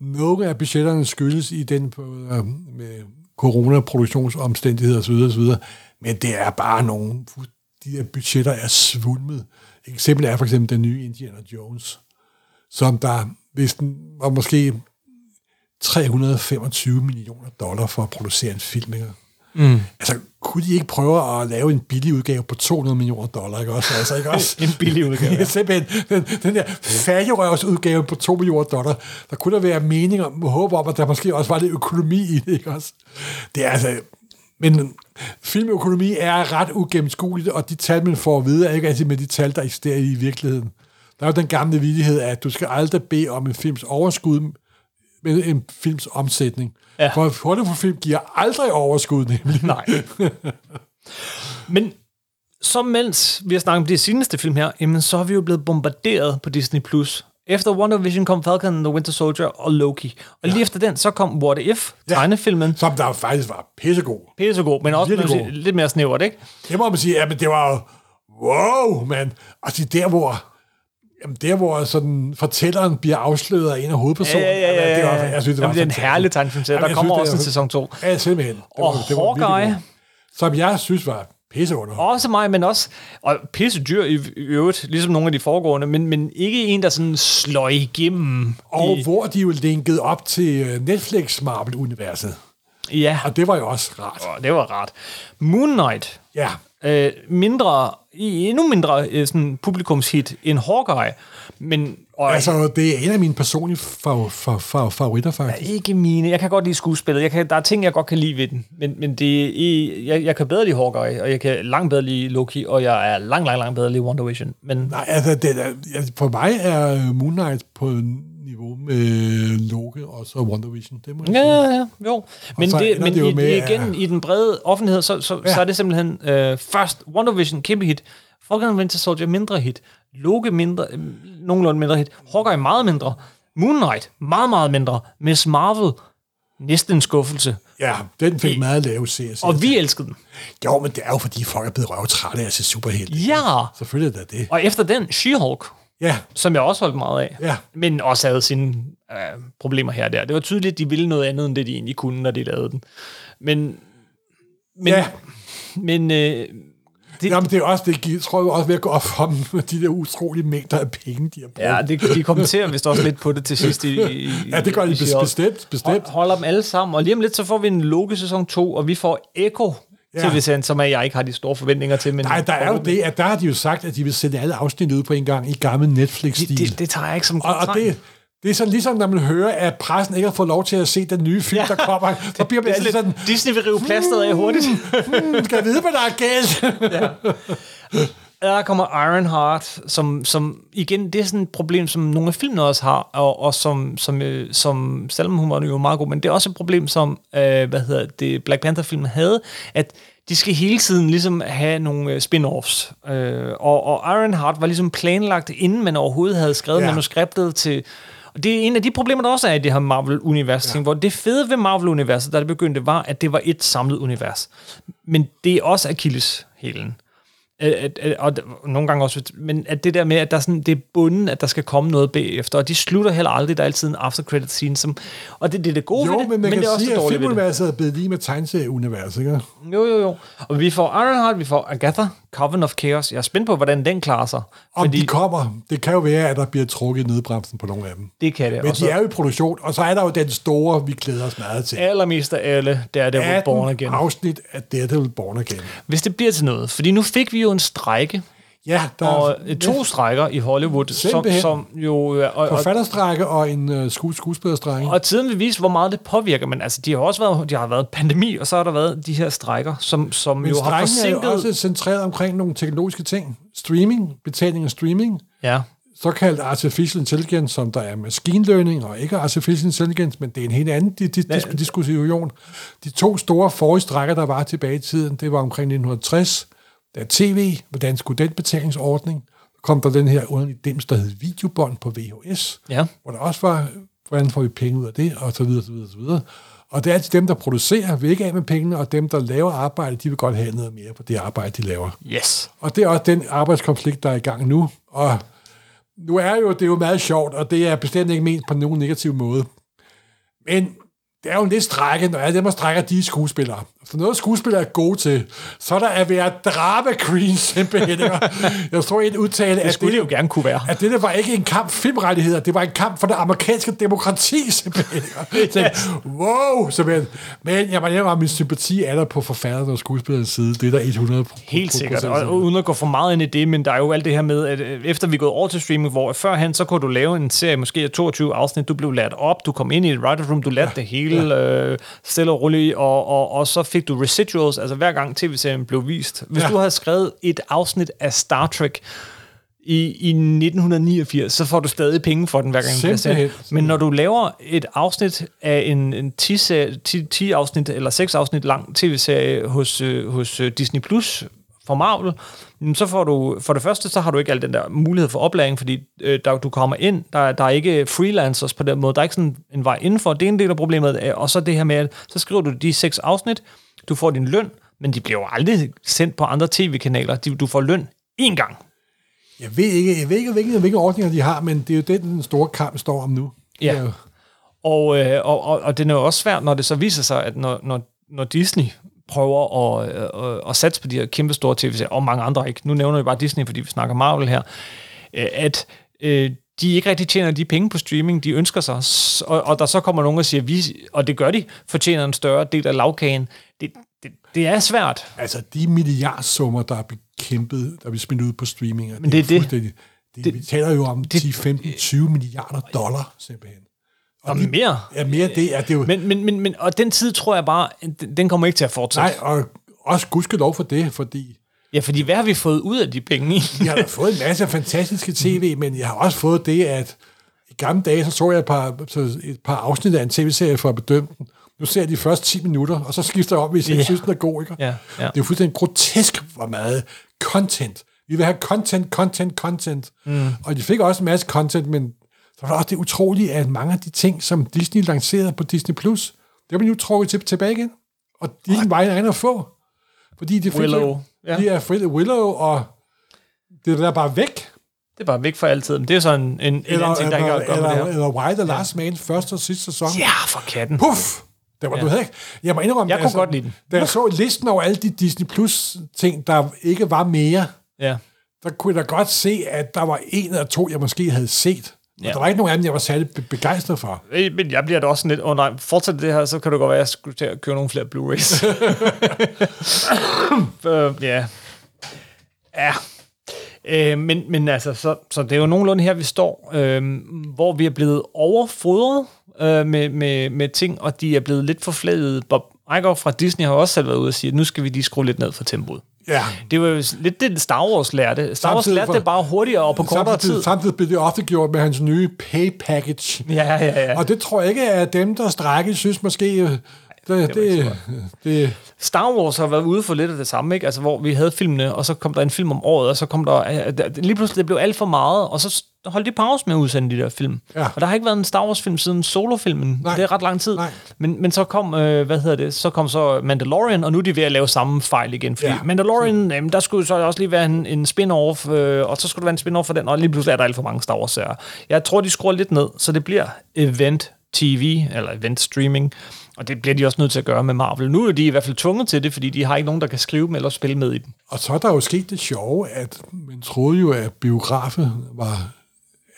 Nogle af budgetterne skyldes i den på, øh, med coronaproduktionsomstændigheder osv. osv. Men det er bare nogle... De der budgetter er svulmet. Et eksempel er for eksempel den nye Indiana Jones, som der, hvis den var måske 325 millioner dollar for at producere en film, ikke?
Mm.
altså, kunne de ikke prøve at lave en billig udgave på 200 millioner dollar, ikke også? Altså, ikke også?
En billig udgave,
Ja,
ja.
simpelthen. Den, den der fattigrøvs udgave på 2 millioner dollar, der kunne der være mening om, håb om, at der måske også var lidt økonomi i det, ikke også? Det er altså... Men filmøkonomi er ret ugennemskueligt, og de tal, man får at vide, er ikke altid med de tal, der eksisterer i virkeligheden. Der er jo den gamle vidighed, at du skal aldrig bede om en films overskud, med en films omsætning. Ja.
Ja.
For en for film giver aldrig overskud, nemlig.
Nej. Men så mens vi har snakket om de seneste film her, jamen, så er vi jo blevet bombarderet på Disney+. Plus. Efter Wonder Vision kom Falcon and the Winter Soldier og Loki. Og lige efter den, så kom What If,
Ja.
tegnefilmen.
Som der faktisk var pissegod.
Pisse så god, men også
Virkelig
man
god.
siger, lidt mere snævert, ikke?
Det må man sige, jamen det var jo, wow, mand. Altså der, hvor, jamen, der, hvor sådan, fortælleren bliver afsløret af en af hovedpersonerne. Jamen, det var, jeg synes, det
Jamen,
var
det er en
fantastisk.
herlig tegnefilmserie.
Jamen,
Der
jeg
kommer
synes, det
også en
var-
sæson 2.
Ja, simpelthen. Det
Og
virkelig
Hawkeye.
godt. Som jeg synes var pisseunderholdende.
Også mig, men også... Og pisse dyr i, i øvrigt, ligesom nogle af de foregående, men, men ikke en, der sådan slår igennem.
Og
i,
hvor de jo linkede op til øh, Netflix Marvel-universet.
ja,
Og det var jo også rart.
og det var rart. Moon Knight.
Ja,
Øh, mindre, i endnu mindre øh, sådan publikumshit end Hawkeye, men og altså,
altså det er en af mine personlige fa- fa- fa- favoritter, faktisk.
ikke mine. Jeg kan godt lide skuespillet. Jeg kan, der er ting, jeg godt kan lide ved den, men, men det, er- jeg, jeg kan bedre lide Hawkeye, og jeg kan langt bedre lide Loki, og jeg er langt, langt, langt bedre lide Wonder Vision. Men
Nej, altså, den er, altså for mig er øh, Moon Knight på niveau med Loke og så Wonder Vision. Det må jeg
Ja,
sige.
ja, ja, jo. Men,
så
det,
ender
men
det jo
i,
med,
med, igen,
at-
i den brede offentlighed, så, så, ja. så er det simpelthen øh, først WandaVision, kæmpe hit. Falcon Winter Soldier mindre hit. Loki mindre, øh, nogenlunde mindre hit. Hawkeye meget mindre. Moon Knight meget, meget mindre. Miss Marvel næsten en skuffelse.
Ja, den fik meget lave CS.
Og vi elskede den.
Jo, men det er jo, fordi folk er blevet røvtrætte af at se superhelte.
Ja!
Selvfølgelig er det det.
Og efter den, She-Hulk.
Ja,
som jeg også holdt meget af,
Ja.
men også havde sine øh, problemer her og der. Det var tydeligt, at de ville noget andet, end det de egentlig kunne, når de lavede den. Men, men,
Ja.
men øh, det,
Jamen, det er også, det gi- tror jeg også ved at gå op for dem, med de der utrolige mængder af penge, de har brugt.
ja, det, de kommenterer vist også lidt på det til sidst. I, i,
Ja, det gør de
i
bes-
She-Hulk.
bestemt, bestemt.
Hold- Holder dem alle sammen, og lige om lidt, så får vi en Loki sæson 2, og vi får Echo
Ja.
ja. tv-serien, som er, jeg ikke har de store forventninger til. Men
Nej, der er jo det, at der har de jo sagt, at de vil sende alle afsnit ud på en gang i gammel Netflix-stil.
Det, det, det tager jeg ikke som
og,
godt
og
tegn.
det, det er sådan ligesom, når man hører, at pressen ikke har fået lov til at se den nye film, ja. der kommer. Så bliver man
det er
altid
lidt,
sådan,
sådan, Disney vil rive plasteret af hurtigt.
hmm, skal jeg vide, hvad der er galt?
Der kommer Ironheart, som, som igen, det er sådan et problem, som nogle af filmene også har, og, og som, som, øh, som selvom humoren er jo meget god, men det er også et problem, som øh, hvad hedder det, Black Panther-filmen havde, at de skal hele tiden ligesom have nogle øh, spin-offs. Øh, og, og Ironheart var ligesom planlagt, inden man overhovedet havde skrevet
Ja.
ja. manuskriptet til... Og det er en af de problemer, der også er i det her Marvel-univers, ja. hvor det fede ved Marvel-universet, da det begyndte, var, at det var et samlet univers. Men det er også Achilles-hælen at, at, at, og d- nogle gange også, men at det der med, at der er sådan, det er bunden, at der skal komme noget bagefter, og de slutter heller aldrig, der er altid en after credit scene, som, og det, det er det gode
jo,
ved det,
men man
det
kan
er også
sige,
det
at
dårlige ved det.
filmuniverset er blevet lige med tegneserieuniverset, ikke?
Jo, jo, jo. Og vi får Ironheart, vi får Agatha, Coven of Chaos. Jeg er spændt på, hvordan den klarer sig,
Om
fordi
Fordi... de
de
kommer. Det kan jo være, at der bliver trukket i nødbremsen på nogle af dem.
det kan det.
Men
Og
de
så
er jo i produktion, og så er der jo den store, vi glæder os meget til.
allermest af alle, der er der Born
18
Again.
afsnit af Daredevil Born Again.
Hvis det bliver til noget, fordi nu fik vi jo en strejke,
Ja, der
og
er
øh, to strækker i Hollywood, som,
Simpelthen.
som jo... øh, Og, og,
forfatterstrække og en uh, sku- skuespillerstrække.
Og tiden vil vise, hvor meget det påvirker, men altså, de har også været, de har været pandemi, og så har der været de her strejker, som, som
Men
jo har
strækken er
forsinket...
jo også centreret omkring nogle teknologiske ting. Streaming, betaling af streaming,
Ja,
såkaldt artificial intelligence, som der er machine learning og ikke artificial intelligence, men det er en helt anden di- di- dis- diskussion. De to store forrige strækker, der var tilbage i tiden, det var omkring 1960, der tv, hvordan skulle den betalingsordning, så kom der den her underlige dims, der hed videobånd på VHS,
Ja.
hvor der også var, hvordan får vi penge ud af det, og så videre, så videre, så videre. Og det er altid dem, der producerer, vil ikke af med pengene, og dem, der laver arbejde, de vil godt have noget mere på det arbejde, de laver.
yes.
Og det er også den arbejdskonflikt, der er i gang nu. Og nu er jo, det er jo meget sjovt, og det er bestemt ikke ment på nogen negativ måde. Men det er jo en lidt strække, når alle dem, der strækker, de er skuespillere. Så noget skuespillere er gode til, så er der at være drama queen simpelthen. ikke? Jeg tror en udtale, at
Skulle det jo gerne kunne være.
at det der var ikke en kamp for filmrettigheder, det var en kamp for det amerikanske demokrati, simpelthen. yes. Wow, simpelthen. Men jeg må nævne, at min sympati er der på forfatteren og skuespillerens side. Det er der 100
Helt sikkert, og, og uden at gå for meget ind i det, men der er jo alt det her med, at øh, efter vi er gået over til streaming, hvor førhen, så kunne du lave en serie, måske af 22 afsnit, du blev lært op, du kom ind i et writer room, du lærte ja, det hele ja. øh, stille og roligt, og, og, og så fik du residuals, altså hver gang tv-serien blev vist. Hvis
Ja.
ja. du havde skrevet et afsnit af Star Trek i, i 1989, så får du stadig penge for den hver gang. den bliver sendt.
Simpelthen.
Men når du laver et afsnit af en, en 10, serie- 10, 10 afsnit eller 6 afsnit lang tv-serie hos, øh, hos øh, Disney Plus fra Marvel, mm, så får du, for det første, så har du ikke al den der mulighed for oplæring, fordi øh, der, du kommer ind, der, er- der er ikke freelancers på den måde, der er ikke sådan en vej indenfor, det er en del af problemet, øh, og så det her med, at så skriver du de seks afsnit, du får din løn, men de bliver jo aldrig sendt på andre tv-kanaler, De- du får løn én gang.
Jeg ved ikke, jeg ved ikke hvilke, hvilke ordninger de har, men det er jo den, den store kamp står om nu.
Ja.
Det er jo-
Øh, Og, øh, og, og, og det er jo også svært, når det så viser sig, at når, når, når Disney prøver at, øh, øh, at satse på de her kæmpe store tv-serier, og mange andre ikke, nu nævner vi bare Disney, fordi vi snakker Marvel her, øh, at øh, de ikke rigtig tjener de penge på streaming, de ønsker sig, S- og, og der så kommer nogen og siger, vi, og det gør de, fortjener en større del af lavkagen. Det, det, det er svært.
Altså, de milliardsummer, der er bekæmpet, der bliver smidt ud på streaming. Men
det er det.
det. det. Vi taler jo om 10, 15, 20 milliarder dollar, simpelthen.
Og mere.
Ja, mere det er det er jo...
Men, men, men, men, og den tid tror jeg bare, den- den kommer ikke til at fortsætte.
nej, og også gudskelov for det, fordi
Ja, fordi hvad har vi fået ud af de penge?
Jeg har da fået en masse fantastiske tv, men jeg har også fået det, at i gamle dage, så så jeg et par, så et par afsnit af en tv-serie for at bedømme den. Nu ser jeg de første 10 minutter, og så skifter jeg om, hvis jeg
Ja.
synes, den er god. Ikke?
Ja, ja.
Det er jo fuldstændig grotesk, hvor meget content Vi vil have content, content, content. Mm. Og de fik også en masse content, men så var der også det utrolige, at mange af de ting, som Disney lancerede på Disney+, Plus, det blev nu trukket til, tilbage igen. Og de er ingen vej egen at få. Fordi de fik
Willow, ja.
Ja. De er fri Willow, og det er der bare væk.
Det er bare væk for altid. Men det er sådan en, en eller, anden ting, der ikke har
eller,
at gøre med det
eller,
her.
eller Why the Last Man første og sidste sæson.
Ja, for katten.
Puff! Det var, ja. du havde ikke. Jeg må indrømme, altså,
Jeg kunne godt lide den.
Da jeg så listen over alle de Disney Plus ting, der ikke var mere,
Ja.
der kunne jeg da godt se, at der var en eller to, jeg måske havde set. Ja.
Ja.
Og der var ikke nogen af dem, jeg var særlig be- begejstret for.
Øh, Men jeg bliver da også sådan lidt, åh oh, nej, fortsæt det her, så kan det godt være, at jeg skulle til at købe nogle flere Blu-rays. øh, ja. Ja. Øh, men, men altså, så, så det er jo nogenlunde her, vi står, øh, hvor vi er blevet overfodret øh, med, med, med ting, og de er blevet lidt forfladet. Bob Iger fra Disney har også selv været ude og sige, at nu skal vi lige skrue lidt ned for tempoet.
Ja.
Det var jo lidt det, Star Wars lærte. Star Wars
Samtidig
lærte
for-
det bare hurtigere og på kortere tid.
Samtidig, samtidig blev det ofte gjort med hans nye pay package.
Ja, ja, ja.
Og det tror jeg ikke, at dem, der strækker, synes måske... øh, Det,
ikke
det, det,
Star Wars har været ude for lidt af det samme, ikke? Altså, hvor vi havde filmene, og så kom der en film om året, og så kom der... øh, der- Lige pludselig det blev alt for meget, og så s- holdt de pause med at udsende de der film.
Ja.
Og der har ikke været en Star Wars-film siden Solo-filmen.
Nej.
Det er ret lang tid.
Nej.
Men, men så kom, øh, hvad hedder det, så kom så Mandalorian, og nu er de ved at lave samme fejl igen. Fordi ja.
Ja.
Mandalorian, jamen, der skulle så også lige være en, en spin-off, øh, og så skulle der være en spin-off for den, og lige pludselig er der alt for mange Star wars serier. Jeg tror, de skruer lidt ned, så det bliver event TV, eller event streaming, og det bliver de også nødt til at gøre med Marvel. Nu er de i hvert fald tvunget til det, fordi de har ikke nogen, der kan skrive dem eller spille med i dem.
Og så er der jo sket det sjove, at man troede jo, at biografen var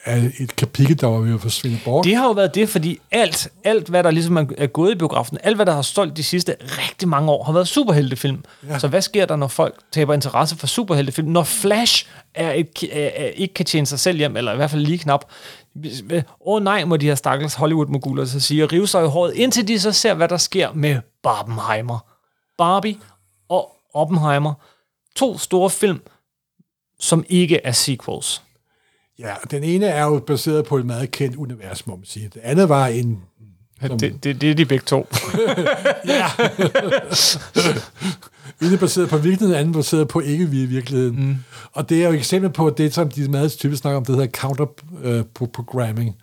er et kapitel, der var ved at forsvinde bort.
Det har jo været det, fordi alt, alt hvad der ligesom er- er gået i biografen, alt hvad der har solgt de sidste rigtig mange år, har været superheltefilm. Ja.
Ja.
Så hvad sker der, når folk taber interesse for superheltefilm? Når Flash er et, ki- er, er, ikke kan tjene sig selv hjem, eller i hvert fald lige knap. Hvis- hvad- Åh oh, nej, må de her stakkels Hollywood-moguler så sige, og rive sig i håret, indtil de så ser, hvad der sker med Barbenheimer. Barbie og Oppenheimer. To store film, som ikke er sequels.
Ja, den ene er jo baseret på et meget kendt univers, må man sige. Det andet var en... Som, det...
Det, det, det er de begge to.
ene baseret på virkeligheden, anden baseret på ikke vi i virkeligheden. Mm. Og det er jo et eksempel på det, som de meget typisk snakker om, det hedder counter-programming,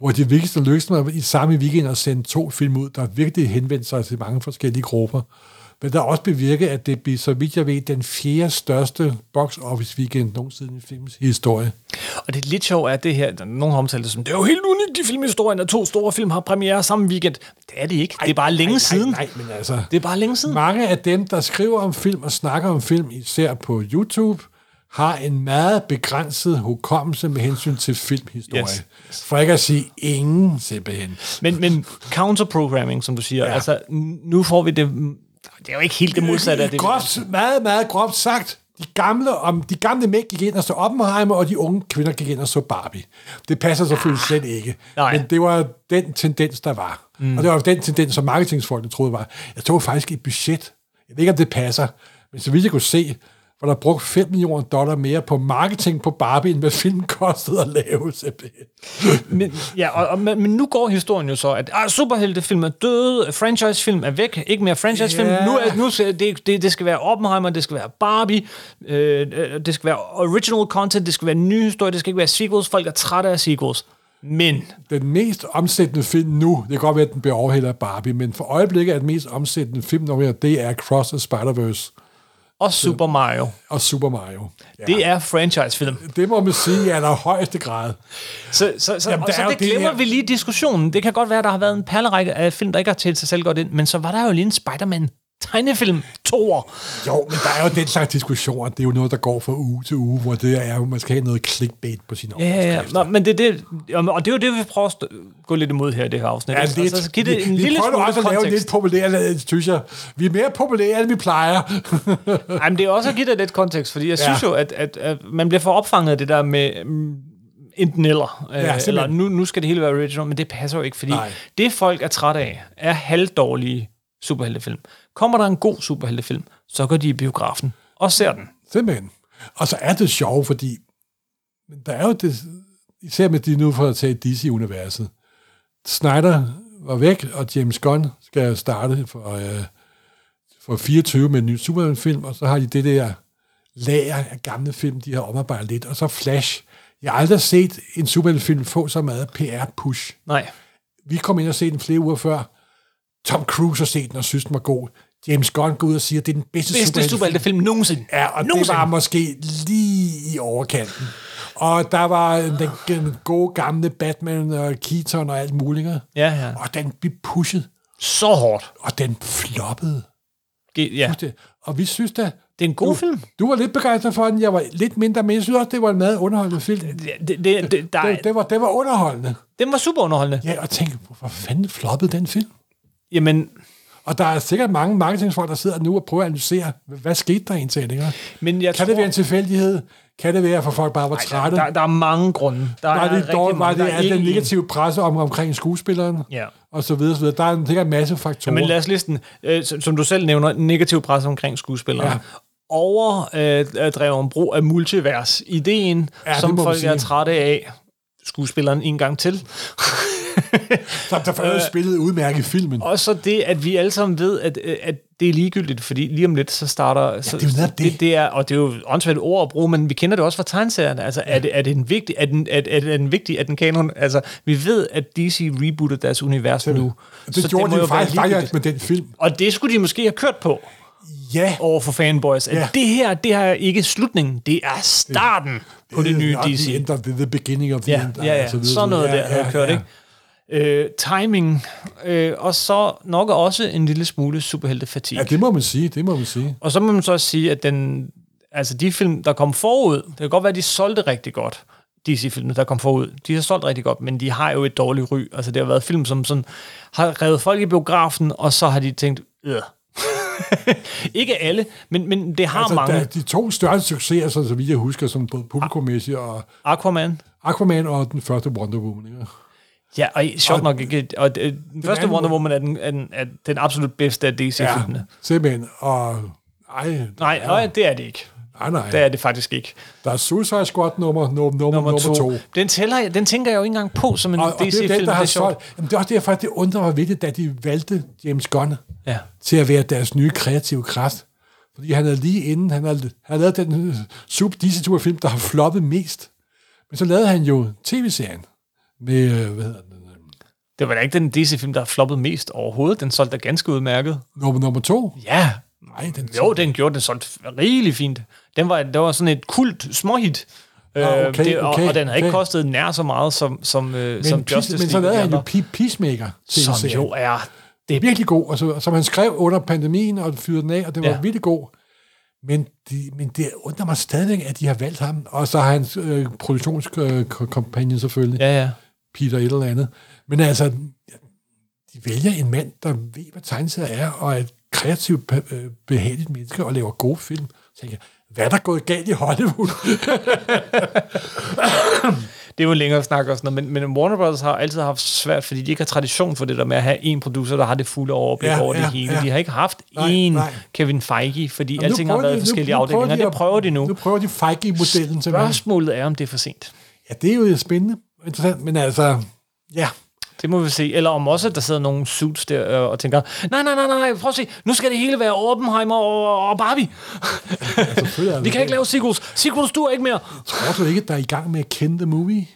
hvor de vigtigste løsninger var i samme weekend at sende to film ud, der virkelig henvendte sig til mange forskellige grupper. Men der er også bevirket, at det bliver, så vidt jeg ved, den fjerde største box office weekend nogensinde i filmens historie.
Og det er lidt sjovt, at det her, der er nogen har omtalt det som, det er jo helt unikt i filmhistorien, at to store film har premiere samme weekend. Det er det ikke. det er bare længe siden.
Nej, men altså...
Det er bare længe siden.
Mange af dem, der skriver om film og snakker om film, især på YouTube, har en meget begrænset hukommelse med hensyn til filmhistorie.
Yes.
Yes. For ikke at sige ingen, simpelthen.
Men, men counterprogramming, som du siger, ja.
Ja.
altså n- nu får vi det... Det er jo ikke helt det modsatte af det. vi-
Groft, meget, meget groft sagt, de gamle, om de gamle mænd gik ind og så Oppenheimer, og de unge kvinder gik ind og så Barbie. Det passer selvfølgelig slet ikke.
Ah, Nej.
Men det var den tendens, der var. Mm. Og det var den tendens, som marketingsfolkene troede var. Jeg tog faktisk et budget. Jeg ved ikke, om det passer, men så vidt jeg kunne se, var der brugt 5 millioner dollar mere på marketing på Barbie, end hvad filmen kostede at lave. simpelthen.
Men, ja, og, og, men, men nu går historien jo så, at ah, superheltefilm er døde, franchise-film er væk, ikke mere franchise-film,
Ja.
yeah. nu, er, nu skal, det, det, det skal være Oppenheimer, det skal være Barbie, øh, øh, det skal være original content, det skal være nye historier, det skal ikke være sequels, folk er trætte af sequels. Men
Den mest omsættende film nu, det kan godt være, at den bliver overhældet af Barbie, men for øjeblikket er den mest omsættende film, når vi er- det er Cross the Spider-Verse.
og Super Mario.
og Super Mario. Ja.
Det er franchise-film.
det må man sige er der højeste grad.
Så, så, så,
Jamen,
Jamen, og
der
så
er jo
det
det
glemmer
her-
vi lige i diskussionen. Det kan godt være, at der har været en perlerække af film, der ikke har talt sig selv godt ind, men så var der jo lige en Spider-Man tegnefilm, toer.
Jo, men der er jo den slags diskussioner. Det er jo noget, der går fra uge til uge, hvor det er jo, man skal have noget clickbait på sin
Ja, ja, ja.
overskrift.
Nå, men det, er det, og det er jo det, vi prøver at stå- gå lidt imod her i det her afsnit.
Ja,
Altså,
lidt,
altså, giv det en
vi,
lille
vi prøver
smule
også at lave lidt
kontekst.
populære, synes jeg. Vi er mere populære, end vi plejer.
Ej, men det er også at give det lidt kontekst, fordi jeg ja.
Ja.
synes jo, at, at, at man bliver for opfanget af det der med mm, enten eller, øh,
simpelthen.
eller nu, nu skal det hele være original, men det passer jo ikke, fordi Nej.
Nej.
det folk er trætte af, er halvdårlige superheltefilm. Kommer der en god superheltefilm, så går de i biografen og ser den.
Simpelthen. Og så er det sjovt, fordi men der er jo det, især med de nu for at tage DC-universet. Snyder var væk, og James Gunn skal starte for, øh, for 24 med en ny Superman-film, og så har de det der lager af gamle film, de har omarbejdet lidt, og så Flash. Jeg har aldrig set en superheltefilm få så meget PR-push.
Nej.
Vi kom ind og se den flere uger før. Tom Cruise har set den og synes, den var god. James Gunn går ud og siger, at det er den bedste,
Bedste superheltefilm nogensinde.
Ja, og det
nogensinde.
var måske lige i overkanten. Og der var øh, den, den gode gamle Batman og Keaton og alt muligt. ikke?
Ja, ja.
Og den blev pushet,
Så hårdt.
og den floppede.
Ge- Ja.
Det- Og vi synes da...
Det er en god
du,
film.
Du var lidt begejstret for den, jeg var lidt mindre, men jeg synes også, det var en meget underholdende film. Det,
Det, det, det, det, der,
det, det, var, det var underholdende.
den var super underholdende.
Ja, og tænkte, hvorfor fanden floppede den film?
Jamen,
Og der er sikkert mange marketingfolk, der sidder nu og prøver at analysere, hvad skete der egentlig? ikke?
men jeg
Kan
tror,
det være en tilfældighed? Kan det være, for folk bare var trætte?
Altså, der, der er mange grunde. Der
var
er
det,
rigtig
dog,
mange.
var det
Der er
al den
ikke en.
negative presse om, omkring skuespilleren?
Ja.
Og så videre, så videre. Der er en, sikkert en masse
Ja,
faktorer.
men lad os listen, øh, som, som du selv nævner, negativ pres omkring skuespillere. øh,
Ja.
Ja. Overdreven brug af multivers. Ideen,
Ja,
ja,
det
som
må man
folk
sige.
er trætte af. Skuespilleren en gang til.
Som der for øvrigt spillede udmærket filmen.
Øh, Og så det, at vi alle sammen ved, at, øh, at det er ligegyldigt, fordi lige om lidt, så starter... Så,
det er jo netop det.
det, det er, og det er jo et åndssvagt ord at bruge, men vi kender det også fra tegneserierne. Altså, er, det, er, det en vigtig, er, den, er, er det en vigtig, er den kanon... Altså, vi ved, at DC rebooter deres univers nu.
det
så
gjorde
må
de jo
være
faktisk faktisk
ligegyldigt.
med den film. Øh,
Og det skulle de måske have kørt på.
Ja,
over for fanboys, at
Ja.
ja. det her, det her er ikke slutningen, det er starten på det nye
Not
DC.
The, end of the, the beginning of the
Ja,
end. og
ja, ja.
så videre,
sådan noget
så videre.
der havde kørt, ikke? Øh, timing, øh, og så nok også en lille smule superheltefatig.
Ja, det må man sige, det må man sige.
Og så må man så også sige, at den, altså de film, der kom forud, det kan godt være, at de solgte rigtig godt, DC-filmene, der kom forud. De har solgt rigtig godt, men de har jo et dårligt ry. Altså, det har været film, som sådan, har revet folk i biografen, og så har de tænkt, øh. ikke alle, men, men det har
Altså,
mange.
der, de to største succeser, sådan, så vidt jeg husker, sådan både publikummæssigt og
Aquaman.
Aquaman og den første Wonder Woman. Ikke?
Ja, og i- sjovt nok ikke. Og det- den første
anden
Wonder
måde-
Woman er den, er den, er den absolut bedste af DC-filmene. Ja.
simpelthen. Og ej,
Nej, nej, det er det ikke.
nej, nej.
Det er det faktisk ikke.
Der er Suicide Squad nummer, nummer, nummer,
Nummer,
nummer to.
to. Den, tæller, jeg- den tænker jeg jo ikke engang på som en
Og, og det er
DC-film.
jo den, der har
er sjovt.
solgt. Jamen, det er også derfor, at det undrer mig vildt, da de valgte James Gunn
Ja.
til at være deres nye kreative kraft. Fordi han er lige inden, han har, han har lavet den øh, sub dc film der har floppet mest. Men så lavede han jo tv-serien med, øh, hvad hedder den, øh,
Det var da ikke den DC-film, der har floppet mest overhovedet. Den solgte da ganske udmærket.
nummer, nummer to.
Ja.
Nej, den
Jo, den gjorde den solgte rigelig fint. Den var, det var sådan et kult småhit.
Ah,
Øh,
okay,
det, og,
okay,
og den har ikke
okay.
kostet nær så meget som, som, øh, som
men,
Justice
Peace, men
League
så
og de
lavede han jo
andre,
Pe- Peacemaker
som
tv-serien.
jo er... Det,
virkelig god, og så, som han skrev under pandemien og fyrede den af, og det var ja.
Ja.
virkelig god. Men, de, men det undrer mig stadigvæk, at de har valgt ham. Og så har hans øh, produktionskompagnon selvfølgelig, ja.
ja, ja.
Peter et eller andet. Men altså, de vælger en mand, der ved, hvad tegneserier er, og er et kreativt, pe- øh, behageligt menneske, og laver gode film. Så tænker jeg, hvad er der gået galt i Hollywood?
det er jo en længere snak og sådan noget, men, men Warner Bros. har altid haft svært, fordi de ikke har tradition for det der med at have en producer, der har det fulde overblik
Ja,
ja, over
ja,
det hele.
ja.
Ja. De har ikke haft
Nej,
én
nej.
Kevin Feige, fordi
Nu
alting har
prøver
været i
de- nu-
forskellige
nu prøver
afdelinger.
de
det
at-
prøver de nu.
Nu prøver de fejke i modellen. simpelthen.
Spørgsmålet er, om det er for sent.
Ja, det er jo spændende og interessant, men altså, ja,
Det må vi se. Eller om også, at der sidder nogle suits der øh, og tænker, nej, nej, nej, nej, prøv at se, nu skal det hele være Oppenheimer og, og Barbie.
selvfølgelig er det
vi kan ikke lave sequels. Sequels dur ikke mere.
tror du ikke, at der er i gang med at kende the movie?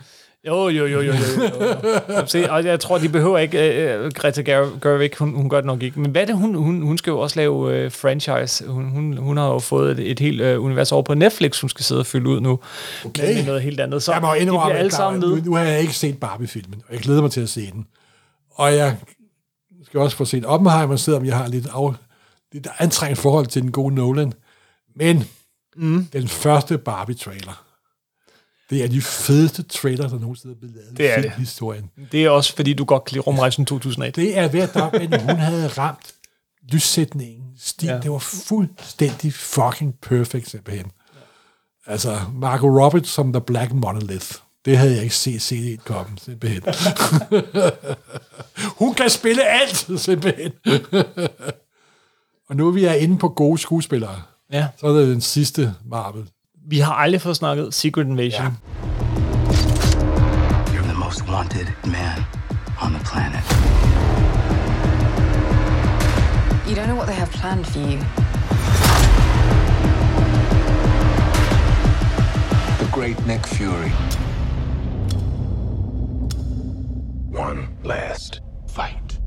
Jo, jo, jo, jo, jo. jo, jo. Se, og jeg tror, de behøver ikke... Øh, øh, Greta Ger- Gerwig, hun, hun gør det nok ikke. Men hvad er det, hun, hun, hun skal jo også lave øh, franchise. Hun, hun, hun har jo fået et, et helt øh, univers over på Netflix, hun skal sidde og fylde ud nu.
Okay.
Med noget helt andet. Så
Jeg må
de bliver
indrømme, at
alle
der,
sammen
nu,
med.
nu har jeg ikke set Barbie-filmen, og jeg glæder mig til at se den. Og jeg skal også få set Oppenheimer, selvom jeg har lidt, af, lidt antrængt forhold til den gode Nolan. Men mm. den første Barbie-trailer, det er de fedeste trailer, der nogensinde er blevet lavet
Det er
i
det.
filmhistorien.
Det er også, fordi du godt kan lide Rumrejsen 2001.
Det er hver dag, men hun havde ramt lyssætningen, stil. Ja.
Ja.
Det var fuldstændig fucking perfect simpelthen. Altså, Marco Roberts som The Black Monolith. Det havde jeg ikke set set et komme, simpelthen. hun kan spille alt, simpelthen. Og nu er vi er inde på gode skuespillere.
Ja.
Så er det den sidste Marvel.
Vi har aldrig fået snakket Secret Invasion.
Ja.
Ja.
You're the most wanted man on the planet.
You don't know what they have planned for you.
great Nick Fury.
One last
Fight.